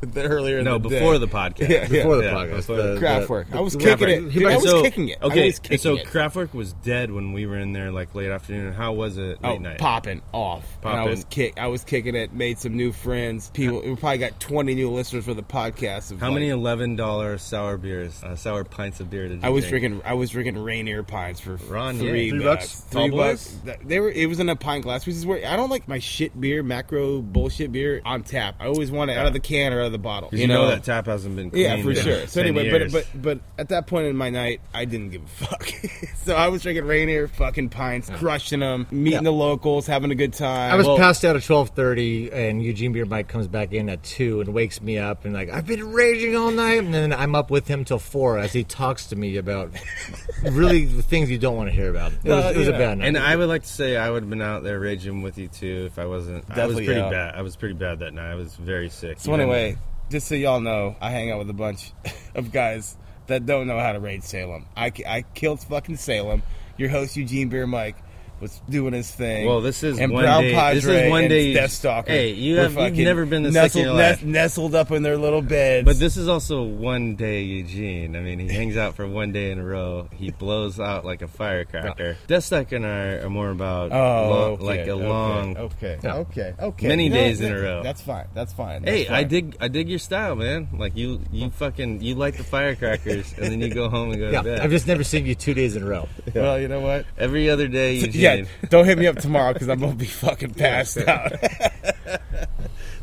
The earlier in
no,
the
before
day.
the podcast.
Before
yeah,
the podcast,
before
the-
the-
Craft
the-
work.
the-
I was
the-
kicking it.
Kraftwerk.
Dude, I
Right,
was
so-
kicking it. I
Okay,
was kicking
so
it.
Kraftwerk was dead when we were in there like late afternoon. How was it late
Oh,
night?
popping off! And I
Poppin'.
was kick. I was kicking it. Made some new friends. People. We probably got twenty new listeners for the podcast. Of
How
like-
many eleven dollar sour beers, uh, sour pints of beer did you
I was
drink?
drinking. I was drinking Rainier pints for
Ron, yeah.
three,
Three
bucks.
bucks?
Three
Tall
bucks.
boys?
Th- They were. It was in a pint glass, which is where I don't like my shit beer, macro bullshit beer on tap. I always want it out of the can or out of the bottle.
'Cause You, know, that tap hasn't been
Yeah,
cleaned
for
in
sure. So
10
anyway,
years.
but but but at that point in my night, I didn't give a fuck. so I was drinking Rainier fucking pints, crushing them, meeting
Yeah.
the locals, having a good time.
I was
Well,
passed out at twelve thirty, and Eugene Beer Mike comes back in at two and wakes me up, and like I've been raging all night, and then I'm up with him till four as he talks to me about really the things you don't want to hear about. It was,
Well,
it was
uh, yeah.
a bad night.
and I would like to say I would have been out there raging with you too if I wasn't. I was
Definitely
pretty
out.
bad. I was pretty bad that night. I was very sick.
So anyway, just so y'all know, I hang out with a bunch of guys that don't know how to raid Salem. I, I killed fucking Salem. Your host Eugene Beer Mike was doing his thing.
Well, this is
and
one
Brown
day-
Padre
this is one
and
day-
Death Stalker.
Hey, you
were
have- you've
fucking
never been this sick
nestled,
in your life.
nestled up in their little beds.
But this is also one day Eugene. I mean, he hangs out for one day in a row. He blows out like a firecracker. Deathstack and I are more about
oh,
lo-
okay,
like
okay,
a
Oh,
long.
okay,
Yeah.
okay, okay,
Many
You know,
days in
that-
a row.
That's fine. That's fine. That's
Hey, I
fine.
dig I dig your style, man. Like you you fucking you light the firecrackers and then you go home and go
yeah,
to bed.
I've just never seen you two days in a row.
Well, you know what?
Every other day,
Yeah,
Eugene.
don't hit me up tomorrow because I'm gonna be fucking passed out.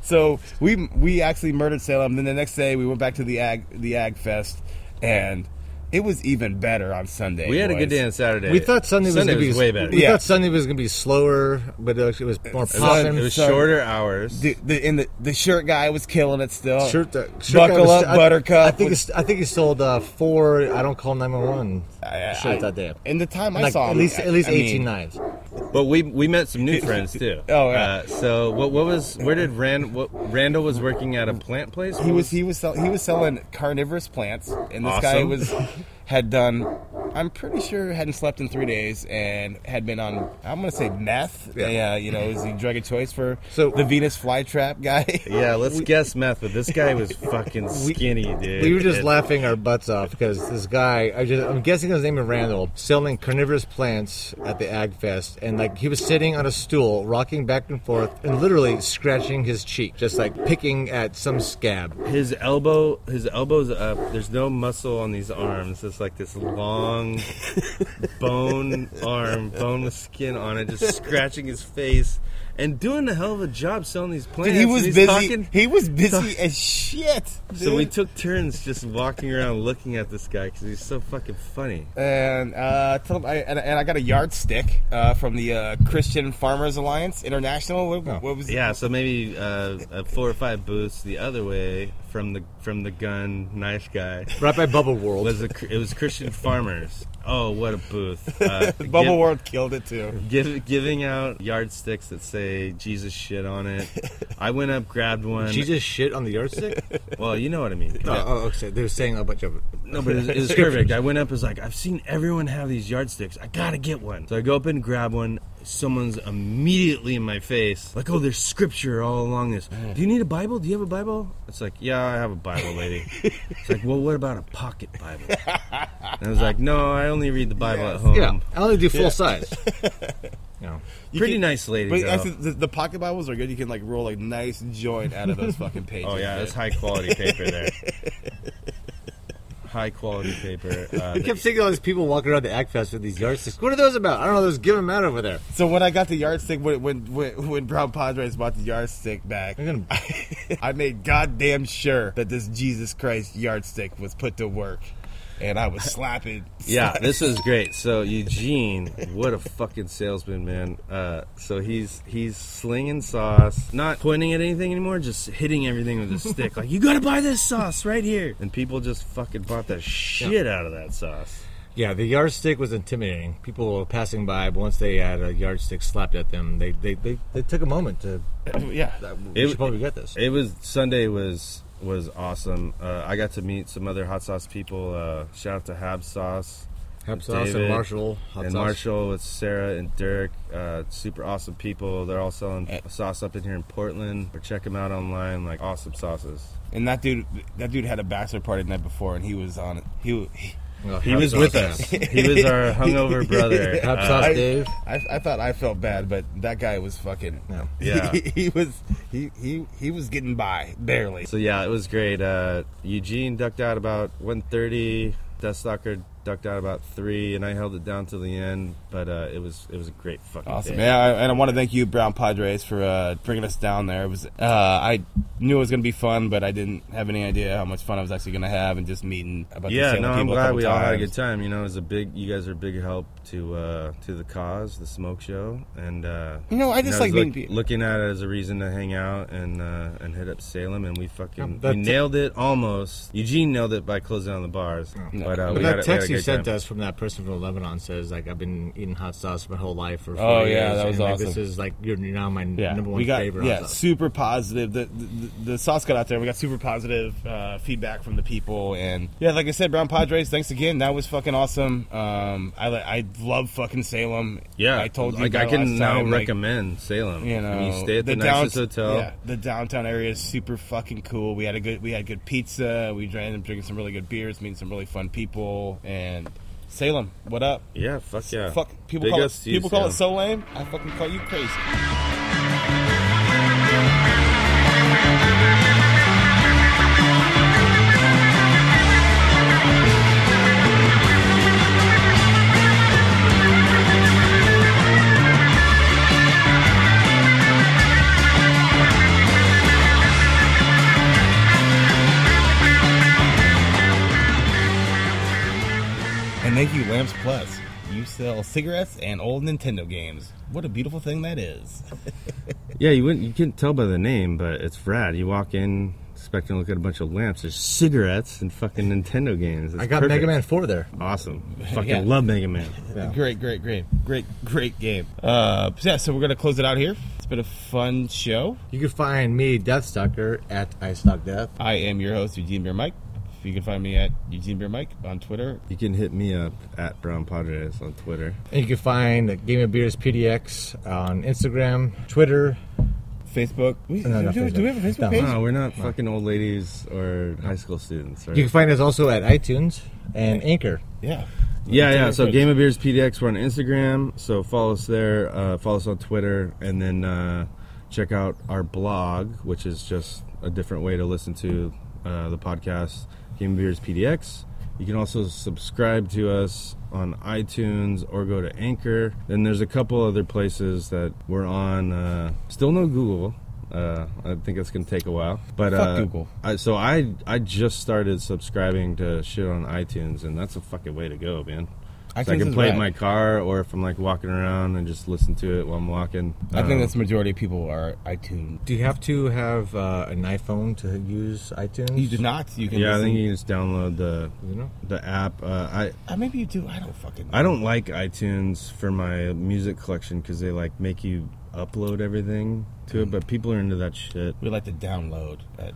so we we actually murdered Salem. Then the next day we went back to the ag the ag fest, and It was even better on Sunday.
We had a
boys.
good day on Saturday.
We thought Sunday was
Sunday
going to be
was way better.
We
Yeah.
thought Sunday was going to be slower, but it was more
It was, it
popping.
was shorter hours.
The, the, and the, the shirt guy was killing it still.
uh, Shirt that- shirt
Buckle
guy was-
up,
I-
Buttercup.
I think it's, I think he sold uh, four. I don't call nine one one
I- I-
shirts that day.
In the time I
Like,
saw him,
at least
I-
at least
I mean,
eighteen knives.
But we we met some new friends too.
Oh, yeah.
Uh, so what what was where did Rand what Randall was working at a plant place?
He was he was sell, he was selling carnivorous plants, and this guy
Awesome.
was had done. I'm pretty sure hadn't slept in three days and had been on. I'm gonna say meth. Yeah, you know, is the drug of choice for
So-
the Venus flytrap guy.
Yeah, let's guess meth, but this guy was fucking skinny, dude.
We were just
And-
laughing our butts off because this guy, I just, I'm guessing his name is Randall, selling carnivorous plants at the Ag Fest, and like he was sitting on a stool, rocking back and forth, and literally scratching his cheek, just like picking at some scab.
His elbow, his elbow's up. There's no muscle on these arms. It's like this long bone arm, bone with skin on it, just scratching his face and doing a hell of a job selling these plants.
Dude, he
and
was
he's
busy.
talking-
he was busy as shit.
so we
dude.
took turns just walking around looking at this guy because he's so fucking funny.
and uh, tell him I, and, and I got a yardstick uh, from the uh, Christian Farmers Alliance International. What,
Oh.
what was
Yeah, so maybe uh, uh, four or five booths the other way from the from the gun nice guy
Right by Bubble World.
was a, it was Christian farmers. Oh, what a booth! Uh,
Bubble
give-
World killed it too.
give, giving out yardsticks that say Jesus shit on it. I went up, grabbed one.
she just shit on the yardstick?
Well, you know what I mean.
No, oh, okay. They were saying a bunch of
No, but it's, it's perfect. I went up, was like, I've seen everyone have these yardsticks. I gotta get one. So I go up and grab one. Someone's immediately in my face, like, oh, there's scripture all along this.
Mm.
Do you need a Bible? Do you have a Bible? It's like, yeah, I have a Bible, lady. it's like, well, what about a pocket Bible? And I was like, no, I only read the Bible at home.
Yeah, I only do full size. No.
Pretty
can-
nice lady.
But
though.
actually, the, the pocket Bibles are good. You can like roll a nice joint out of those fucking pages.
Oh yeah,
dude.
that's high quality paper there. high quality paper. Uh,
I kept seeing all these people walking around the Ag Fest with these yardsticks. What are those about? I don't know. Those give them out over there.
So when I got the yardstick, when when when, when Brown Padres bought the yardstick back,
They're gonna-
I made goddamn sure that this Jesus Christ yardstick was put to work, and I was slapping.
yeah, this is great. So Eugene, what a fucking salesman, man. Uh, so he's he's slinging sauce, not pointing at anything anymore, just hitting everything with a stick. Like you gotta buy this sauce right here, and people just fucking bought the shit out of that sauce.
Yeah, the yardstick was intimidating. People were passing by, but once they had a yardstick slapped at them, they they, they, they took a moment to.
yeah.
we
It-
should probably get this.
It was Sunday was was awesome. Uh, I got to meet some other hot sauce people. Uh, shout out to Hab Sauce.
Hab
sauce and David
Marshall.
and Marshall with Sarah and Dirk, uh, super awesome people. They're all selling sauce up in here in Portland. Or check them out online, like awesome sauces.
And that dude, that dude had a bachelor party the night before, and he was on. He, he
Uh,
He was with us. he was our hungover brother.
Hab
Uh,
sauce,
I-
Dave.
I, I thought I felt bad, but that guy was fucking.
No.
Yeah.
He, he was he he he was getting by barely.
so yeah, it was great. Uh, Eugene ducked out about 1:30. Deathstalker ducked out about three, and I held it down till the end. But uh, it was it was a great fucking
Awesome,
day.
yeah, I, and I want to thank you, Brown Padres, for uh, bringing us down there. It was uh, I knew it was going to be fun, but I didn't have any idea how much fun I was actually going to have, and just meeting about the
yeah,
same
no,
people
I'm
a
glad
couple
we all had a
times.
good time. You know, it was a big. You guys are a big help to uh, to the cause, the smoke show, and uh,
You know, I
and
just
was
like meeting
look-
people.
looking at it as a reason to hang out and uh, and hit up Salem, and we fucking
that
we
te-
nailed it almost. Eugene nailed it by closing down the bars, but, uh,
But
we had, a- we
that
had
text
a
you
good
sent
time.
us from that person from Lebanon says like I've been eating hot sauce my whole life for. four
Oh, yeah,
years,
that was
and, like, This
awesome.
is like you're now my
Yeah,
number one
we got
favorite.
yeah
hot sauce.
super positive. The, the the sauce got out there. We got super positive uh, feedback from the people, and yeah, like I said, Brown Padres. Thanks again. That was fucking awesome. Um, I li- I love fucking Salem.
Yeah,
I told you.
Like
that
I can
last
now
time, like,
recommend Salem.
You know,
I mean, you stay at the,
down-
nicest hotel.
yeah, the downtown area is super fucking cool. We had a good, we had good pizza. We drank and drinking some really good beers, meeting some really fun people. And Salem, what up?
Yeah, fuck yeah.
Fuck people
Big
call it,
ups to you,
people call it
Salem.
so lame. I fucking call you crazy. Thank you, Lamps Plus. You sell cigarettes and old Nintendo games. What a beautiful thing that is.
Yeah, you wouldn't. You couldn't tell by the name, but it's rad. You walk in expecting to look at a bunch of lamps. There's cigarettes and fucking Nintendo games. It's
I got
perfect.
Mega Man 4 there.
Awesome. Fucking
Yeah.
love Mega Man.
Great, great, great, great, great game. Uh, yeah, so we're gonna close it out here. It's been a fun show.
You can find me, Deathstalker, at IStalkDeath.
I am your host, Eugene Beer Mike. You can find me at Eugene Beer Mike on Twitter.
You can hit me up at Brown Padres on Twitter.
And you can find uh, Game of Beers PDX on Instagram, Twitter.
Facebook. We,
No,
do,
not
do- do we have a
Facebook.
Facebook
No.
page?
No, we're not fucking old ladies or high school students. Right?
You can find us also at iTunes and Anchor.
Yeah.
yeah, yeah. So
Good.
Game of Beers PDX, we're on Instagram. So follow us there. Uh, follow us on Twitter, and then uh, check out our blog, which is just a different way to listen to uh, the podcast. Game of Beers PDX. You can also subscribe to us on iTunes or go to Anchor. Then there's a couple other places that we're on. Uh, still no Google. Uh, I think it's gonna take a while, but
Fuck
uh,
Google.
I, so I I just started subscribing to shit on iTunes, and that's a fucking way to go, man. So I
iTunes
can
is
play it in
rad.
my car, or if I'm like walking around and just listen to it while I'm walking.
I
Um,
think that's the majority of people are iTunes.
Do you have to have uh, an iPhone to use iTunes?
You do not. You can.
yeah. I
listen-
think you can just download the
You know?
the app. Uh, I
Uh, maybe you do. I don't fucking.
I don't like iTunes for my music collection because they like make you upload everything to
Mm.
it, but people are into that shit.
We like to download at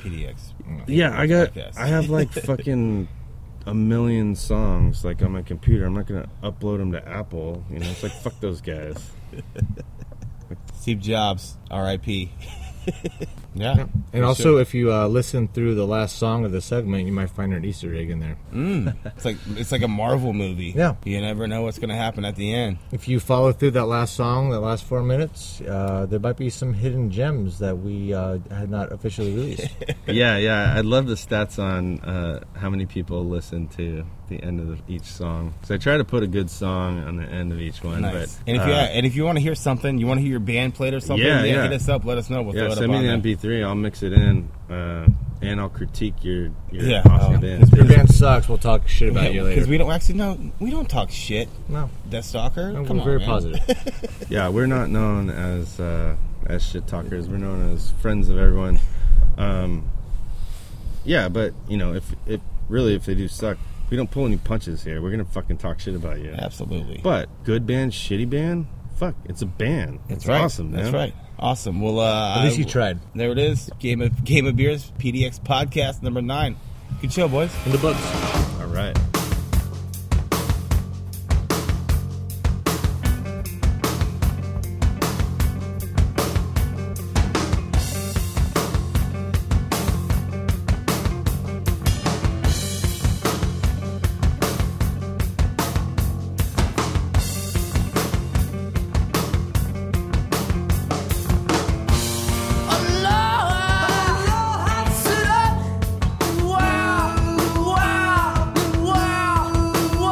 PDX.
Yeah, I got.
Podcast.
I have like fucking a million songs like on my computer. I'm not gonna upload them to Apple. You know, it's like fuck those guys.
Steve Jobs, R.I.P. yeah.
And also, if you uh, listen through the last song of the segment, you might find an Easter egg in there.
it's like it's like a Marvel movie.
Yeah.
You never know what's gonna happen at the end.
If you follow through that last song, that last four minutes, uh, there might be some hidden gems that we uh, had not officially released.
yeah, yeah. I'd love the stats on uh, how many people listen to the end of the, each song. So I try to put a good song on the end of each one.
Nice.
But,
and if you
uh,
and if you want to hear something, you want to hear your band played or something,
Yeah,
yeah,
yeah.
hit us up. Let us know. We'll
yeah,
throw it
send
up
me the
on there.
MP3. I'll mix it in, uh, and I'll critique your your
Yeah.
awesome
Oh,
band.
Your band sucks. We'll talk shit about you later.
Because we don't actually know. We don't talk shit.
no,
Death Stalker.
no,
Come
we're
on,
very
man.
positive.
Yeah, we're not known as uh, as shit talkers. We're known as friends of everyone. Um, yeah, but you know, if if really if they do suck, we don't pull any punches here. We're gonna fucking talk shit about you.
Absolutely.
But good band, shitty band, fuck, it's a band.
That's
it's
right.
awesome, man.
That's right. Awesome. Well, uh,
At least
I-
you tried.
There it is. Game of Game of Beers PDX podcast number nine. Good show, boys.
In the books.
All right.
Aloha, Aloha, sit up. Wow, wow, wow.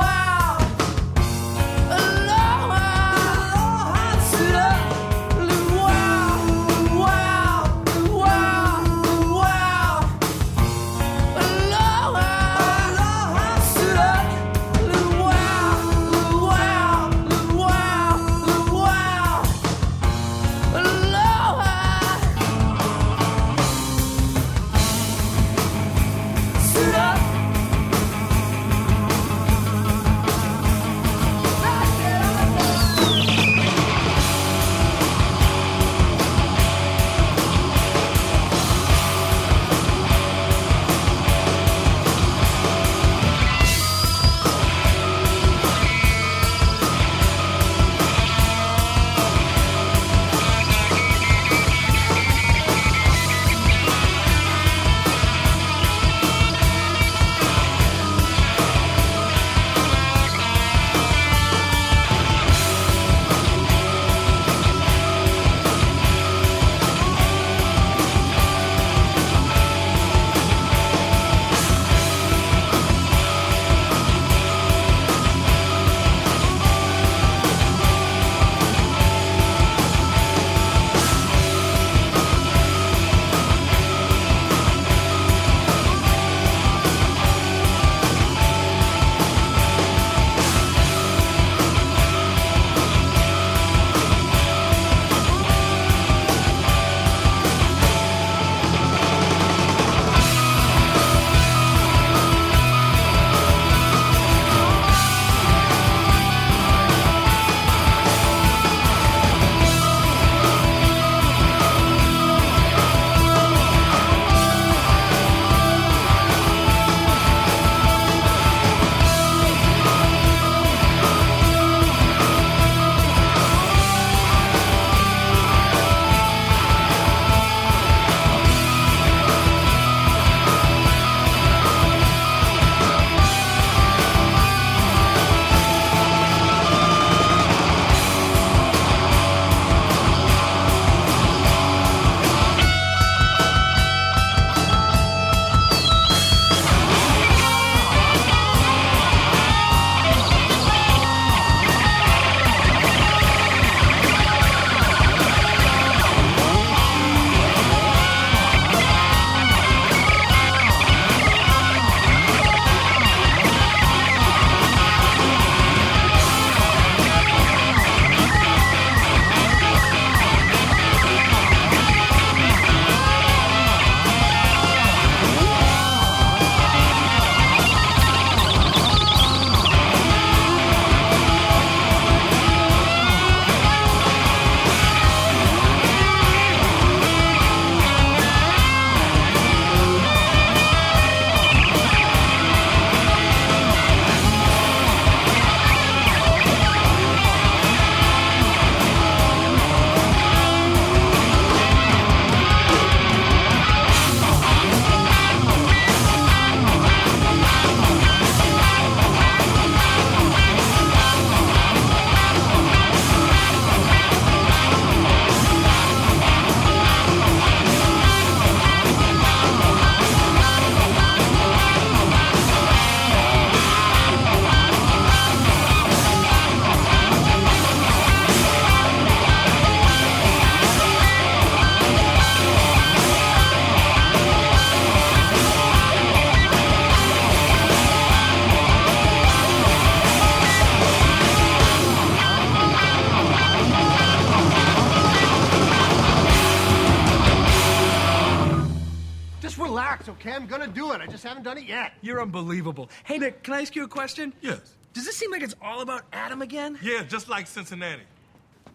Just relax, okay? I'm gonna do it. I just haven't done it yet.
You're unbelievable. Hey, Nick, can I ask you a question?
Yes.
Does this seem like it's all about Adam again?
Yeah, just like Cincinnati.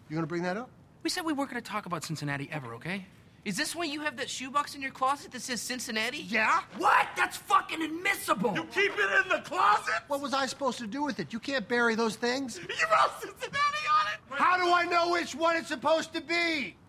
You gonna bring that up?
We said we weren't going to talk about Cincinnati ever, okay? Is this why you have that shoebox in your closet that says Cincinnati?
Yeah?
What? That's fucking admissible.
You keep it in the closet?
What was I supposed to do with it? You can't bury those things.
You wrote Cincinnati on it?
How do I know which one it's supposed to be?